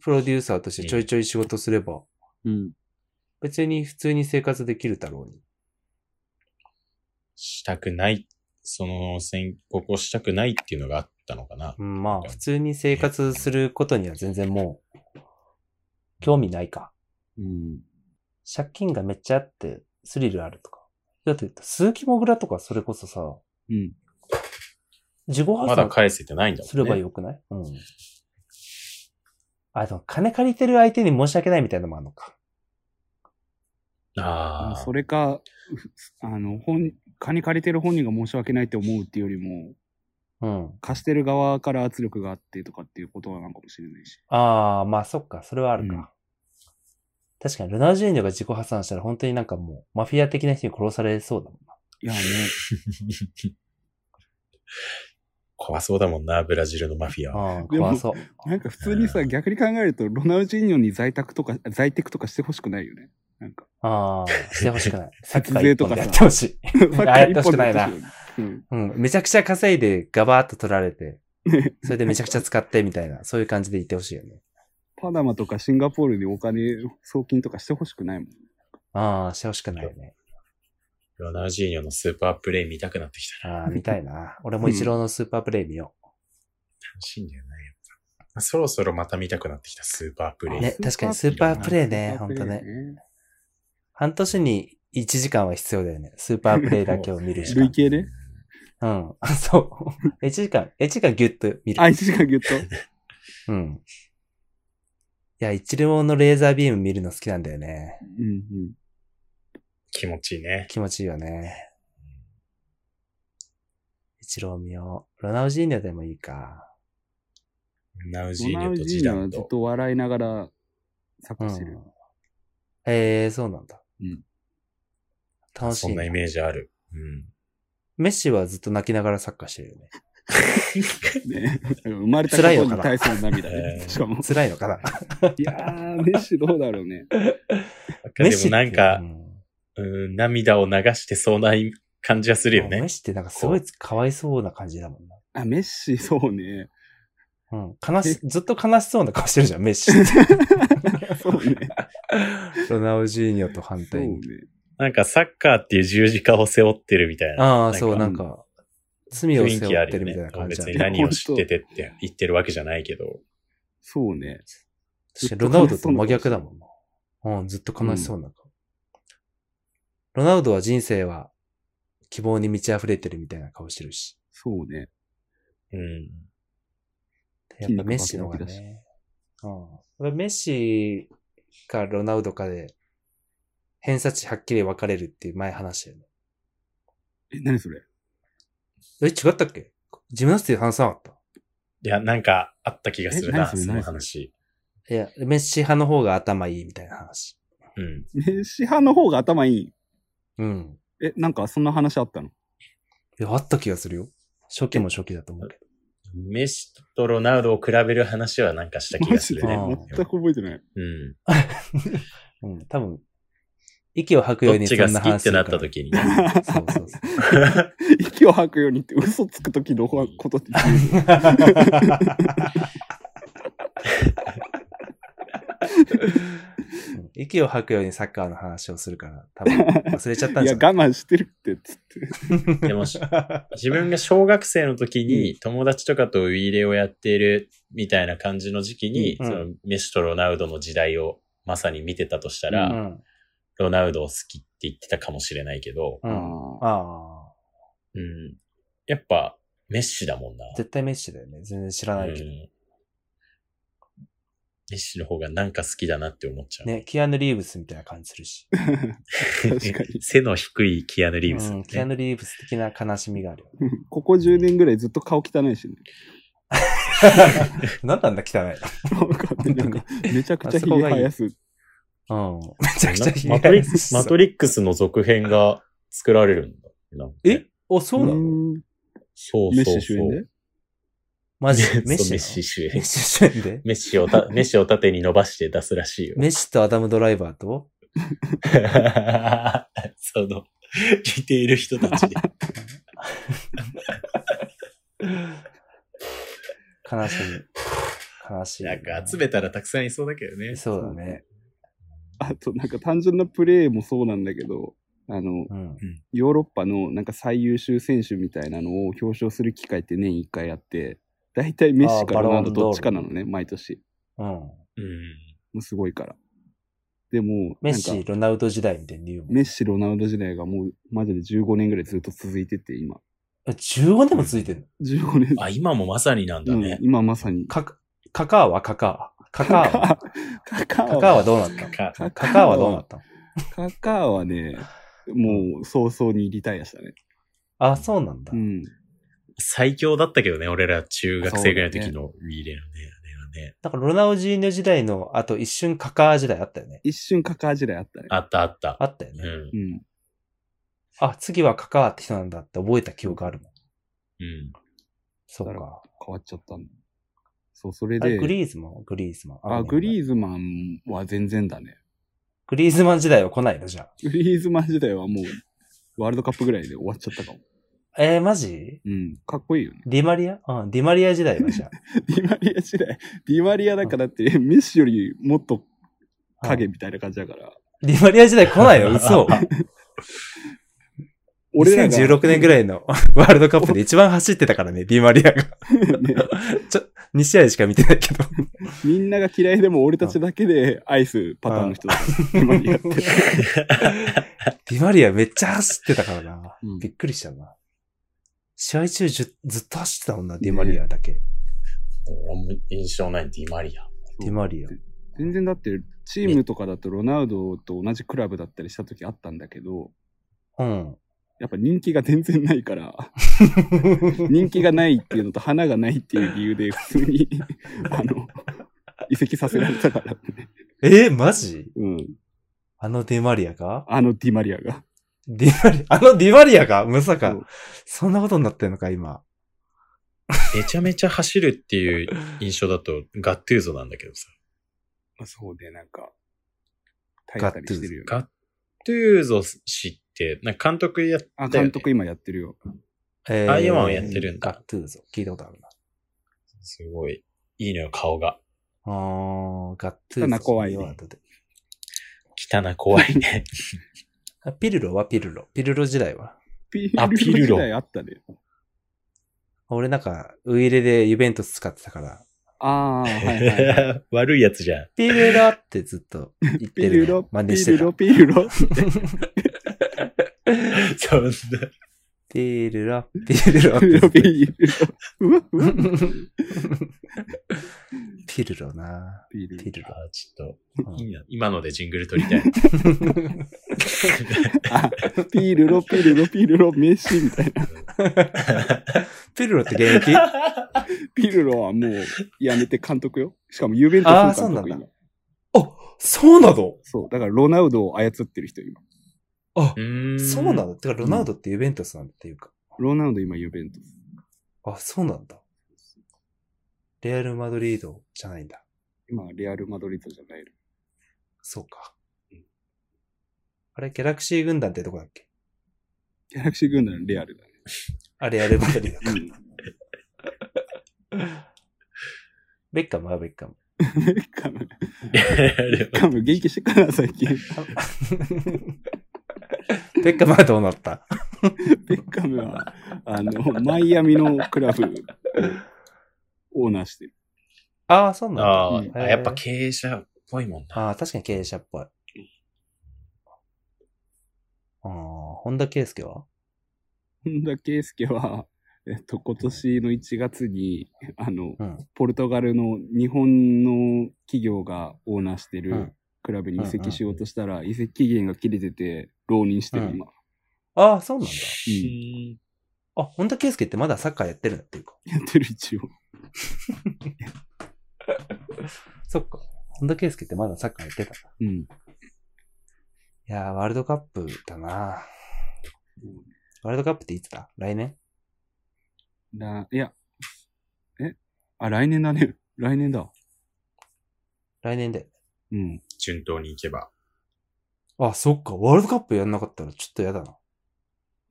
[SPEAKER 4] プロデューサーとしてちょいちょい仕事すれば、
[SPEAKER 2] うん。
[SPEAKER 4] 別に普通に生活できるだろうに。
[SPEAKER 1] したくない、その宣告をしたくないっていうのがあったのかな
[SPEAKER 4] う。ん、まあ、普通に生活することには全然もう、興味ないか。
[SPEAKER 2] うん。
[SPEAKER 4] 借金がめっちゃあって、スリルあるとか。だって、鈴木もぐらとかそれこそさ、
[SPEAKER 2] うん。
[SPEAKER 4] 自己破
[SPEAKER 1] まだ
[SPEAKER 4] 産
[SPEAKER 1] 返せてないんだもんね。
[SPEAKER 4] すればよくない、うん。あ、でも金借りてる相手に申し訳ないみたいなのもあるのか。
[SPEAKER 1] ああ。
[SPEAKER 2] それか、ふあの、本、金借りてる本人が申し訳ないって思うっていうよりも、
[SPEAKER 4] うん。
[SPEAKER 2] 貸してる側から圧力があってとかっていうことなのかもしれないし。
[SPEAKER 4] ああ、まあそっか、それはあるか。確かに、ルナージェーニョが自己破産したら本当になんかもう、マフィア的な人に殺されそうだもんな。
[SPEAKER 2] いやね、
[SPEAKER 1] 怖そうだもんな、ブラジルのマフィアは。
[SPEAKER 4] ああ、
[SPEAKER 2] でも
[SPEAKER 4] 怖そう。
[SPEAKER 2] なんか普通にさ、逆に考えると、ロナウジーニョに在宅とか、在宅とかしてほしくないよね。なんか、
[SPEAKER 4] ああ、してほしくない。サッカー
[SPEAKER 2] 税
[SPEAKER 4] 一
[SPEAKER 2] と
[SPEAKER 4] 本
[SPEAKER 2] か
[SPEAKER 4] で
[SPEAKER 2] さ
[SPEAKER 4] やってほしい。
[SPEAKER 2] サッカ
[SPEAKER 4] あ <laughs> やってほしく
[SPEAKER 2] で
[SPEAKER 4] ない
[SPEAKER 2] やっ
[SPEAKER 4] な
[SPEAKER 2] てほしいよね。
[SPEAKER 4] うん。めちゃくちゃ稼いで、ガバーっと取ら
[SPEAKER 2] <laughs>
[SPEAKER 4] れて、それでめちゃくちゃ使ってみたいな、そういう感じで言ってほしいよね。
[SPEAKER 2] パナマとかシンガポールにお金、送金とかしてほしくないもん。
[SPEAKER 4] ああ、してほしくないよね。
[SPEAKER 1] ロナウジーニョのスーパープレイ見たくなってきたな。
[SPEAKER 4] ああ、見たいな。俺も一郎のスーパープレイ見よ
[SPEAKER 1] 楽しいんだよね。やっぱそろそろまた見たくなってきたスーパープレイ。
[SPEAKER 4] ね確かにスーパープレイね
[SPEAKER 2] スーパープレイ
[SPEAKER 4] ほんとう。半年に1時間は必要だよね。スーパープレイだけを見るしか。
[SPEAKER 2] 累計ね。
[SPEAKER 4] うん。そう。1時間、1時間ギュッと見る
[SPEAKER 2] あ、。1時間ギュ
[SPEAKER 4] <laughs>
[SPEAKER 2] ッと。
[SPEAKER 4] うん。いや、一郎のレーザービーム見るの好きなんだよね。
[SPEAKER 2] うんうん。
[SPEAKER 1] 気持ちいいね。
[SPEAKER 4] 気持ちいいよね。一郎見よう。ロナウジーニョでもいいか。
[SPEAKER 1] ロナウジー
[SPEAKER 2] ロ
[SPEAKER 1] ニ
[SPEAKER 2] ナ
[SPEAKER 1] ョ
[SPEAKER 2] ウ
[SPEAKER 1] と
[SPEAKER 2] ジ
[SPEAKER 1] ジ
[SPEAKER 2] ーニョ
[SPEAKER 1] ダ
[SPEAKER 2] は
[SPEAKER 1] ン
[SPEAKER 2] ずっ
[SPEAKER 1] と。
[SPEAKER 2] と笑いながら、サッ
[SPEAKER 4] う
[SPEAKER 2] カーしてる
[SPEAKER 4] ん
[SPEAKER 2] よ。。
[SPEAKER 4] ええー、そうなんだ。
[SPEAKER 2] うん。
[SPEAKER 4] 楽し
[SPEAKER 1] そ
[SPEAKER 4] い
[SPEAKER 1] んな
[SPEAKER 4] な。
[SPEAKER 1] イメージある。うん。
[SPEAKER 4] メッシはずっと泣きながらサッカーしてるよ
[SPEAKER 1] <laughs>
[SPEAKER 4] ね。
[SPEAKER 2] ね、生まれたこ
[SPEAKER 4] 辛いの
[SPEAKER 2] と
[SPEAKER 4] かな
[SPEAKER 2] に対する涙
[SPEAKER 1] え
[SPEAKER 2] ね。
[SPEAKER 1] ー
[SPEAKER 2] しかも。
[SPEAKER 4] 辛いのかな
[SPEAKER 2] いやー、メッシどうだろうね。
[SPEAKER 1] でもなん
[SPEAKER 4] う
[SPEAKER 1] か、
[SPEAKER 4] ん
[SPEAKER 1] うん、涙を流してそうな感じがするよ
[SPEAKER 4] メ
[SPEAKER 1] ね
[SPEAKER 4] ッ。シってなんかすごいかわいそうな感じだもんな。
[SPEAKER 2] あ、メッシ、そうね。
[SPEAKER 4] うん。悲し、ずっと悲しそうな顔してるじゃん、メッシ
[SPEAKER 1] <laughs>
[SPEAKER 4] って。
[SPEAKER 2] そう
[SPEAKER 4] <laughs>
[SPEAKER 2] ね。
[SPEAKER 4] ロナウジーニョと反
[SPEAKER 2] そう
[SPEAKER 4] 対
[SPEAKER 2] ね
[SPEAKER 4] に。。
[SPEAKER 1] なんかサッカーっていう十字架を背負ってるみたいな
[SPEAKER 4] ああ、
[SPEAKER 1] なんか
[SPEAKER 4] そう、なんか、罪を
[SPEAKER 1] 雰
[SPEAKER 4] 背
[SPEAKER 1] 囲気あ
[SPEAKER 4] 負ってる
[SPEAKER 1] るよ
[SPEAKER 4] み
[SPEAKER 1] ね
[SPEAKER 4] たいな。感じ
[SPEAKER 1] 別
[SPEAKER 4] だ
[SPEAKER 1] に
[SPEAKER 4] ね。
[SPEAKER 1] 何を知っててって言ってるわけじゃないけど。
[SPEAKER 2] そうね。
[SPEAKER 4] 確かにロナウドと真逆だもんな。うん、ずっと悲しそうな顔。ロナウドは人生は希望に満ち溢れてるみたいな顔してるし。
[SPEAKER 2] そうね。
[SPEAKER 1] うん。
[SPEAKER 4] やっぱメッシの方が
[SPEAKER 2] 筋
[SPEAKER 4] ね。うん。メッシかロナウドかで、偏差値はっきり分かれるっていう前話したよね。
[SPEAKER 2] え、何それ
[SPEAKER 4] え、違ったっけジムナスティック話さなかっ
[SPEAKER 1] いや、なんかあった気がする
[SPEAKER 2] え
[SPEAKER 1] な、
[SPEAKER 2] 何それ
[SPEAKER 1] その
[SPEAKER 2] 何それ
[SPEAKER 1] 話。
[SPEAKER 4] たいや、メッシ派の方が頭いいみたいな話。
[SPEAKER 1] うん。
[SPEAKER 2] メッシ派の方が頭いい。
[SPEAKER 4] うん。
[SPEAKER 2] え、なんかそんな話あったの
[SPEAKER 4] いや、あった気がするよ。初期も初期だと思うけど。
[SPEAKER 1] メッシとロナウドを比べる話はなんかした気
[SPEAKER 2] マ
[SPEAKER 1] がす
[SPEAKER 2] ジで
[SPEAKER 1] る
[SPEAKER 4] マ
[SPEAKER 1] ね。
[SPEAKER 2] 全
[SPEAKER 4] ジ
[SPEAKER 2] く覚えてない。
[SPEAKER 1] うん。
[SPEAKER 4] うん、多分、息を吐くよ
[SPEAKER 1] ど
[SPEAKER 4] う
[SPEAKER 1] っ
[SPEAKER 4] に
[SPEAKER 1] ち
[SPEAKER 4] そ
[SPEAKER 1] が
[SPEAKER 4] んな
[SPEAKER 1] 好きっ
[SPEAKER 4] 話
[SPEAKER 1] て
[SPEAKER 4] する
[SPEAKER 1] な
[SPEAKER 4] か
[SPEAKER 1] っ
[SPEAKER 4] ら
[SPEAKER 1] た時に。
[SPEAKER 4] そうそうそう。
[SPEAKER 2] 息を吐くようにって嘘つくときの
[SPEAKER 4] <laughs>
[SPEAKER 2] ことって言う
[SPEAKER 4] うん息を吐くようにサッカーの話をするから、多分忘れちゃったん
[SPEAKER 2] い
[SPEAKER 4] じ
[SPEAKER 2] や、
[SPEAKER 4] ゃ
[SPEAKER 2] 我
[SPEAKER 4] ない
[SPEAKER 2] 慢してるって、つって。
[SPEAKER 1] でもし自分が小学生の時に友達とかとウイイレをやっているみたいな感じの時期に、
[SPEAKER 4] うん
[SPEAKER 1] そのメッシとロナウドの時代をまさに見てたとしたら、
[SPEAKER 4] うん。
[SPEAKER 1] ロナウドを好きって言ってたかもしれないけど、
[SPEAKER 4] うん。
[SPEAKER 2] ああ。
[SPEAKER 4] あ
[SPEAKER 1] うん、やっぱメッシだもんな。
[SPEAKER 4] あ。絶対メッシだよね。全然知らないけど。
[SPEAKER 1] うんメッシの方がなんか好きだなって思っちゃう。。
[SPEAKER 4] ね、キアヌ・リーブスみたいな感じするし。
[SPEAKER 2] 確かに
[SPEAKER 1] <laughs> 背の低いキアヌ・リーブ
[SPEAKER 4] う
[SPEAKER 1] ス、ね
[SPEAKER 4] ん、キアヌ・リーブス的な悲しみがあるよ。
[SPEAKER 2] <laughs> ここ10年ぐらいずっと顔汚いしね。
[SPEAKER 4] 何なんだ、汚い。
[SPEAKER 2] なんかね、なんか、めちゃくちゃひげ生やす。
[SPEAKER 4] うん。めちゃくちゃひげ
[SPEAKER 1] マトリック
[SPEAKER 4] 生やす
[SPEAKER 1] ス、マトリックスの続編が作られるんだ。なんか
[SPEAKER 4] えお、そうなの
[SPEAKER 2] ーん
[SPEAKER 1] そう
[SPEAKER 2] メ
[SPEAKER 1] そ
[SPEAKER 2] ッ
[SPEAKER 1] うそう。
[SPEAKER 2] シ主演で
[SPEAKER 4] マジ
[SPEAKER 1] <laughs> そ
[SPEAKER 4] メ
[SPEAKER 1] うメ
[SPEAKER 4] ッシなの
[SPEAKER 1] ッシ主
[SPEAKER 4] メッ
[SPEAKER 1] 演。
[SPEAKER 4] シ主演で
[SPEAKER 1] メッシをた、メッシを縦に伸ばして出すらしいよ。 <laughs>
[SPEAKER 4] メッシとアダム・ドライバーと
[SPEAKER 1] その、似ている人たちで。
[SPEAKER 4] 悲しみ。悲しい。
[SPEAKER 1] なんか集めたらたくさんいそうだけどね。
[SPEAKER 4] そうだね。
[SPEAKER 2] あと、なんか単純なプレーもそうなんだけど、あの、
[SPEAKER 4] うん。
[SPEAKER 2] ヨーロッパのなんか最優秀選手みたいなのを表彰する機会って年1回あって、大体メッシか
[SPEAKER 4] あー
[SPEAKER 2] ロナウ
[SPEAKER 4] バロ
[SPEAKER 2] ド
[SPEAKER 4] ンドール
[SPEAKER 2] どっちかなのね、毎年。
[SPEAKER 4] うん。
[SPEAKER 1] うん。
[SPEAKER 2] もうすごいから。でも、
[SPEAKER 4] メッ
[SPEAKER 2] なん
[SPEAKER 4] シ、
[SPEAKER 2] か
[SPEAKER 4] ロナウド時代みたいに言うもん。
[SPEAKER 2] メッシ、ロナウド時代がもうマジで15年ぐらいずっと続いてて、今。
[SPEAKER 4] え15年もついてんの
[SPEAKER 2] 15年。
[SPEAKER 1] あ、今もまさになんだ
[SPEAKER 2] うん
[SPEAKER 1] ね。
[SPEAKER 2] 今まさに。
[SPEAKER 4] カカ、カカーはカカー。カカーは
[SPEAKER 2] カカ
[SPEAKER 4] カ
[SPEAKER 2] ー
[SPEAKER 4] カー
[SPEAKER 2] は、
[SPEAKER 4] はどうなったの
[SPEAKER 1] か
[SPEAKER 4] カカーはどうなったの
[SPEAKER 2] カカーはね、もう早々にリタイアしたね。
[SPEAKER 4] あ、そうなんだ
[SPEAKER 2] う。ん。
[SPEAKER 1] 最強だったけどね、俺ら中学生ぐらいの時のウィーレのね、ね。
[SPEAKER 4] なんかロナウジーニョ時代の、あと一瞬カカー時代あったよね。
[SPEAKER 2] 一瞬カカー時代あったね。
[SPEAKER 1] あったあった。
[SPEAKER 4] あったよね。
[SPEAKER 1] うん
[SPEAKER 2] う。ん。
[SPEAKER 4] あ、次はカカーって人なんだって覚えた記憶あるもん。
[SPEAKER 1] うん。
[SPEAKER 4] そう
[SPEAKER 2] だか
[SPEAKER 4] か。
[SPEAKER 2] 変わっちゃったんだ。そう、それ
[SPEAKER 4] あ
[SPEAKER 2] で。
[SPEAKER 4] グリーズマングリーズマン。
[SPEAKER 2] あ、グ
[SPEAKER 4] ー
[SPEAKER 2] リーズマンは全然だね。
[SPEAKER 4] グリーズマン時代は来ないのじゃあ。
[SPEAKER 2] グリーズマン時代はもう、ワールドカップぐらいで終わっちゃったかも。
[SPEAKER 4] えー、マジ
[SPEAKER 2] うん。かっこいいよね。
[SPEAKER 4] ディマリアうん、ディマリア時代はじゃ
[SPEAKER 2] ディマリア時代。ディマリアだからって、メッシよりもっと
[SPEAKER 4] <laughs> あ。
[SPEAKER 2] 影みたいな感じだから。
[SPEAKER 4] ディマリア時代来ない <laughs> よ、嘘。
[SPEAKER 2] 俺らが。
[SPEAKER 4] 2016年ぐらいの <laughs> ワールドカップで一番走ってたからね、ディマリアが。 <laughs>
[SPEAKER 2] ね
[SPEAKER 4] ちょ、2試合しか見てないけど。
[SPEAKER 2] みんなが嫌いでも俺たちだけでアイスパターンの人だから。ディマリアって。
[SPEAKER 4] <laughs> ディマリアめっちゃ走ってたからな。
[SPEAKER 2] うん
[SPEAKER 4] びっくりしたな。試合中じゅずっと走ってたもんな、ディマリアだけ。
[SPEAKER 1] 俺も印象ない、ディマリア。
[SPEAKER 4] ディマリア。
[SPEAKER 2] 全然だって、チームとかだとロナウドと同じクラブだったりした時あったんだけど、
[SPEAKER 4] <laughs> うん。
[SPEAKER 2] やっぱ人気が全然ないから、 <laughs> 人気がないっていうのと花がないっていう理由で普通 <laughs> に、あの、移籍させられたから、ね、
[SPEAKER 4] えーマジ
[SPEAKER 2] うん。
[SPEAKER 4] あのディマリアが
[SPEAKER 2] あのディマリアが。
[SPEAKER 4] ディマリ <laughs> あのディマリアがまさか
[SPEAKER 2] そう、
[SPEAKER 4] そんなことになってんのか、今。
[SPEAKER 1] めちゃめちゃ走るっていう印象だと、ガットゥーゾなんだけどさ。
[SPEAKER 2] そうで、なんか、耐えたりしてるよ、ね。
[SPEAKER 1] ガットゥーゾ氏って、なんか監督やった
[SPEAKER 2] あ、
[SPEAKER 1] よ、ね。
[SPEAKER 2] 監督今やってるよ。
[SPEAKER 4] え
[SPEAKER 1] あ今はやってるんだ
[SPEAKER 4] ガットゥーゾ。聞いたことあるな。
[SPEAKER 1] すごい、いいのよ、顔が。
[SPEAKER 4] あー、ガットゥ
[SPEAKER 2] た
[SPEAKER 4] ー
[SPEAKER 2] だ
[SPEAKER 4] ゾ。
[SPEAKER 2] 怖いね
[SPEAKER 4] ワードで
[SPEAKER 1] 汚な怖いね。
[SPEAKER 4] あピルロはピルロ。ピルロ時代は。
[SPEAKER 2] ピ
[SPEAKER 1] あピルロ
[SPEAKER 2] 時代あったね。
[SPEAKER 4] 俺なんか、ウイイレでユベントス使ってたから、
[SPEAKER 2] ああ、はいはい。
[SPEAKER 1] <laughs> 悪いやつじゃん。
[SPEAKER 4] ピルロってずっと言って
[SPEAKER 2] ピ
[SPEAKER 4] る、ね。
[SPEAKER 2] ルロ、
[SPEAKER 4] <laughs> 真
[SPEAKER 2] ピ
[SPEAKER 4] 似して
[SPEAKER 2] ル
[SPEAKER 4] た
[SPEAKER 2] ロ、。ピルロ。
[SPEAKER 1] そんな。
[SPEAKER 4] ピルロ、ピ
[SPEAKER 2] ピル
[SPEAKER 4] ルロってず
[SPEAKER 2] ロ、
[SPEAKER 4] っと
[SPEAKER 2] ピルロ。うわ、うわ。
[SPEAKER 4] ピルロな
[SPEAKER 2] ピルロ
[SPEAKER 4] ピルロ。
[SPEAKER 1] あちょ
[SPEAKER 4] う
[SPEAKER 1] っと、い
[SPEAKER 4] ん
[SPEAKER 1] いな。今のでジングル撮
[SPEAKER 4] <laughs>
[SPEAKER 1] りたい。
[SPEAKER 2] あピルロ、ピルロ、ピルロ、メッシみたいな。
[SPEAKER 4] ピルロって現役
[SPEAKER 2] ピルロはもうやめて監督よ。しかもユベントス
[SPEAKER 4] あー
[SPEAKER 2] の監督
[SPEAKER 4] そうなんだ
[SPEAKER 2] 今。
[SPEAKER 4] <laughs> そうなの
[SPEAKER 2] そう。だからロナウドを操ってる人今。
[SPEAKER 4] あ、
[SPEAKER 1] うーん
[SPEAKER 4] そうな
[SPEAKER 1] <laughs>
[SPEAKER 4] のてか、ロナウドってユベントスなんだっていうか。
[SPEAKER 2] ロナウド今ユベントス。
[SPEAKER 4] あ、そうなんだ。レアル・マドリードじゃないんだ。
[SPEAKER 2] 今、レアル・マドリードじゃない。
[SPEAKER 4] そうか。あれ、ギャラクシー軍団ってとこだっけ
[SPEAKER 2] ギャラクシー軍団のレアルだね。
[SPEAKER 4] あれ、レア <laughs> ル・マドリードか。
[SPEAKER 2] うん <laughs>
[SPEAKER 4] ベッカムはベッカム。
[SPEAKER 2] ベッカム、
[SPEAKER 1] で
[SPEAKER 2] ベッカム元気してっから最近。
[SPEAKER 4] <laughs> ベッカムはどうなった
[SPEAKER 2] ベッカムは、あの、マイアミのクラブをオーナーしてる。
[SPEAKER 4] ああ、そうなんだ。
[SPEAKER 1] あ
[SPEAKER 2] うん
[SPEAKER 1] あ、やっぱ経営者っぽいもんな。
[SPEAKER 4] ああ、確かに経営者っぽい。ああ、本田圭佑は
[SPEAKER 2] 本田圭佑は、えっと、今年の1月に、あの、
[SPEAKER 4] うん。
[SPEAKER 2] ポルトガルの日本の企業がオーナーして
[SPEAKER 4] う
[SPEAKER 2] る
[SPEAKER 4] ん
[SPEAKER 2] クラブに移籍しようとしたら、移籍期限が切れてて、浪人してる、
[SPEAKER 4] うん
[SPEAKER 2] 今。
[SPEAKER 4] ああ、そうなんだ。
[SPEAKER 1] うん
[SPEAKER 4] あ、本田圭佑ってまだサッカーやってるんだっていうか。
[SPEAKER 2] やってる、一応。
[SPEAKER 4] そっか。本田圭佑ってまだサッカーやってたな。
[SPEAKER 2] うん。
[SPEAKER 4] いやー、ワールドカップだな
[SPEAKER 2] うん
[SPEAKER 4] ワールドカップっていつだ来年
[SPEAKER 2] らいや、えあ、来年だね。来年だ。
[SPEAKER 4] 来年で。
[SPEAKER 2] うん。
[SPEAKER 1] 順当に行けば。
[SPEAKER 4] あ、そっか。ワールドカップやんなかったらちょっとやだな。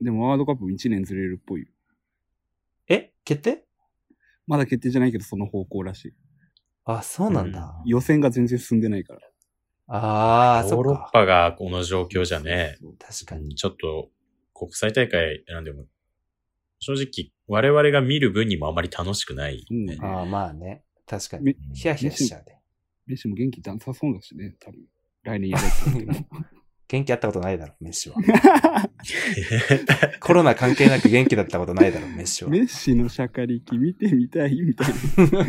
[SPEAKER 2] でもワールドカップ1年ずれるっぽいよ。
[SPEAKER 4] え決定
[SPEAKER 2] まだ決定じゃないけど、その方向らしい。
[SPEAKER 4] あ、そうなんだ。
[SPEAKER 2] 予選が全然進んでないから。
[SPEAKER 4] あー、
[SPEAKER 1] ヨ
[SPEAKER 4] そ
[SPEAKER 1] ー
[SPEAKER 4] っ
[SPEAKER 1] ロッ
[SPEAKER 4] か。
[SPEAKER 1] パがこの状況じゃね、
[SPEAKER 2] そう
[SPEAKER 4] 確かに。
[SPEAKER 1] ちょっと国際大会なんでも、正直我々が見る分にもあまり楽しくない、ね <laughs>
[SPEAKER 2] うん
[SPEAKER 4] あー、まあね。確か
[SPEAKER 2] め
[SPEAKER 4] に。ヒヤヒヤしちゃうね。
[SPEAKER 2] メッシも元気なさそうだしね、多分。来年やるって言って
[SPEAKER 4] <laughs>
[SPEAKER 2] も
[SPEAKER 4] 元気あったことないだろ、メッシは。コロナ関係なく元気だったことないだろ、メッシは。
[SPEAKER 2] メッシのシャカリキ見てみたいみ
[SPEAKER 4] <laughs>
[SPEAKER 2] たいな。
[SPEAKER 1] 待っ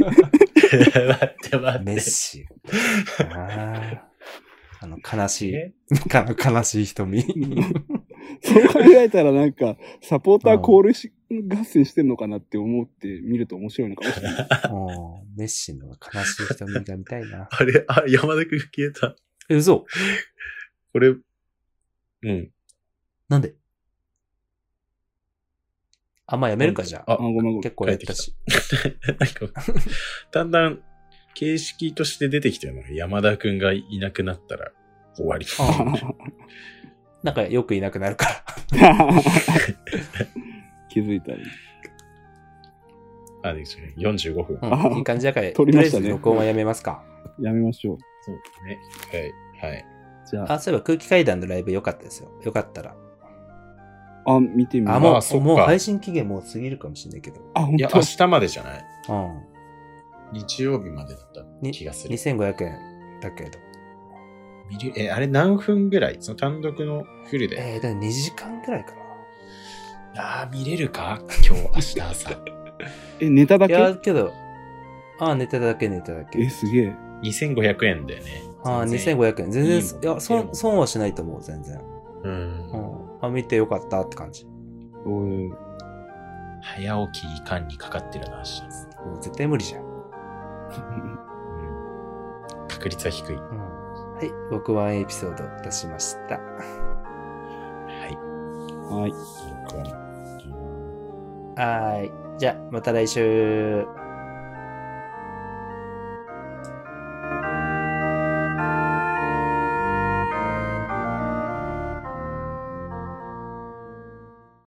[SPEAKER 1] て待
[SPEAKER 4] メッ
[SPEAKER 1] って。
[SPEAKER 4] シ。あーあの、悲しい <laughs>
[SPEAKER 1] え、
[SPEAKER 4] か悲しい瞳。
[SPEAKER 2] そう考えたらなんか、サポーターコールし、合戦してんのかなって思って見ると面白いのかもし
[SPEAKER 4] <laughs>
[SPEAKER 2] れない。
[SPEAKER 4] もう、熱心の悲しい瞳が見たいな。
[SPEAKER 1] あれ、あれ、山田くんが消えた。
[SPEAKER 4] え、嘘
[SPEAKER 1] これ、うん。
[SPEAKER 4] なんであ、まあやめるか、じゃあ。
[SPEAKER 2] あ、ごめんごめん。
[SPEAKER 4] 結構やったし。
[SPEAKER 1] <laughs> なんか、だんだん形式として出てきてるのが山田くんがいなくなったら終わり。
[SPEAKER 4] あなんかよくいなくなるから。
[SPEAKER 2] <laughs> 気づいたり。
[SPEAKER 1] あ、できる。45分。
[SPEAKER 4] うん、いい感じだから、と
[SPEAKER 2] 撮り
[SPEAKER 4] りあ
[SPEAKER 2] ま
[SPEAKER 4] え
[SPEAKER 2] したね
[SPEAKER 4] ず録音はやめますか。
[SPEAKER 2] やめましょう。
[SPEAKER 1] そうだね。はい。はい。
[SPEAKER 2] じゃあ、
[SPEAKER 4] あ、そういえば空気階段のライブ良かったですよ。良かったら。
[SPEAKER 2] あ、見てみ
[SPEAKER 4] あ、
[SPEAKER 2] よう。
[SPEAKER 4] も、
[SPEAKER 1] あそうっか
[SPEAKER 4] もう配信期限もう過ぎるかもしれないけど。
[SPEAKER 2] あ、本
[SPEAKER 1] いや、
[SPEAKER 2] 当
[SPEAKER 1] 明日までじゃない
[SPEAKER 4] うん。
[SPEAKER 1] 日曜日までだった気がする。
[SPEAKER 4] 2500円だけど。
[SPEAKER 1] 見るえ、あれ何分ぐらいその単独のフルで。
[SPEAKER 4] えー、でも2時間ぐらいかな。
[SPEAKER 1] ああ、見れるか今日、明日 <laughs> 朝。
[SPEAKER 2] え、ネタだ
[SPEAKER 4] いや、
[SPEAKER 2] け
[SPEAKER 4] けど、ああ、寝ただけ寝ただ
[SPEAKER 2] え、
[SPEAKER 4] け。
[SPEAKER 2] すげえ。
[SPEAKER 1] 2500円だよね。
[SPEAKER 4] ああ、
[SPEAKER 1] 全然
[SPEAKER 4] 2500円。全然、
[SPEAKER 1] いい
[SPEAKER 4] い
[SPEAKER 1] もん
[SPEAKER 4] や、
[SPEAKER 1] いいも
[SPEAKER 4] 損
[SPEAKER 1] ん
[SPEAKER 4] 損はしないと思う、全然。
[SPEAKER 1] うん
[SPEAKER 4] う。ん。あ、見てよかったって感じ。
[SPEAKER 2] おい
[SPEAKER 1] 早起きいかんにかかってるな、明日。
[SPEAKER 4] もう絶対無理じゃん。うん。
[SPEAKER 1] うん確率は低い。
[SPEAKER 4] はい、僕はエピソード出しました。
[SPEAKER 1] はい。
[SPEAKER 2] はい。
[SPEAKER 1] 録音
[SPEAKER 4] はーい。じゃあ、また来週。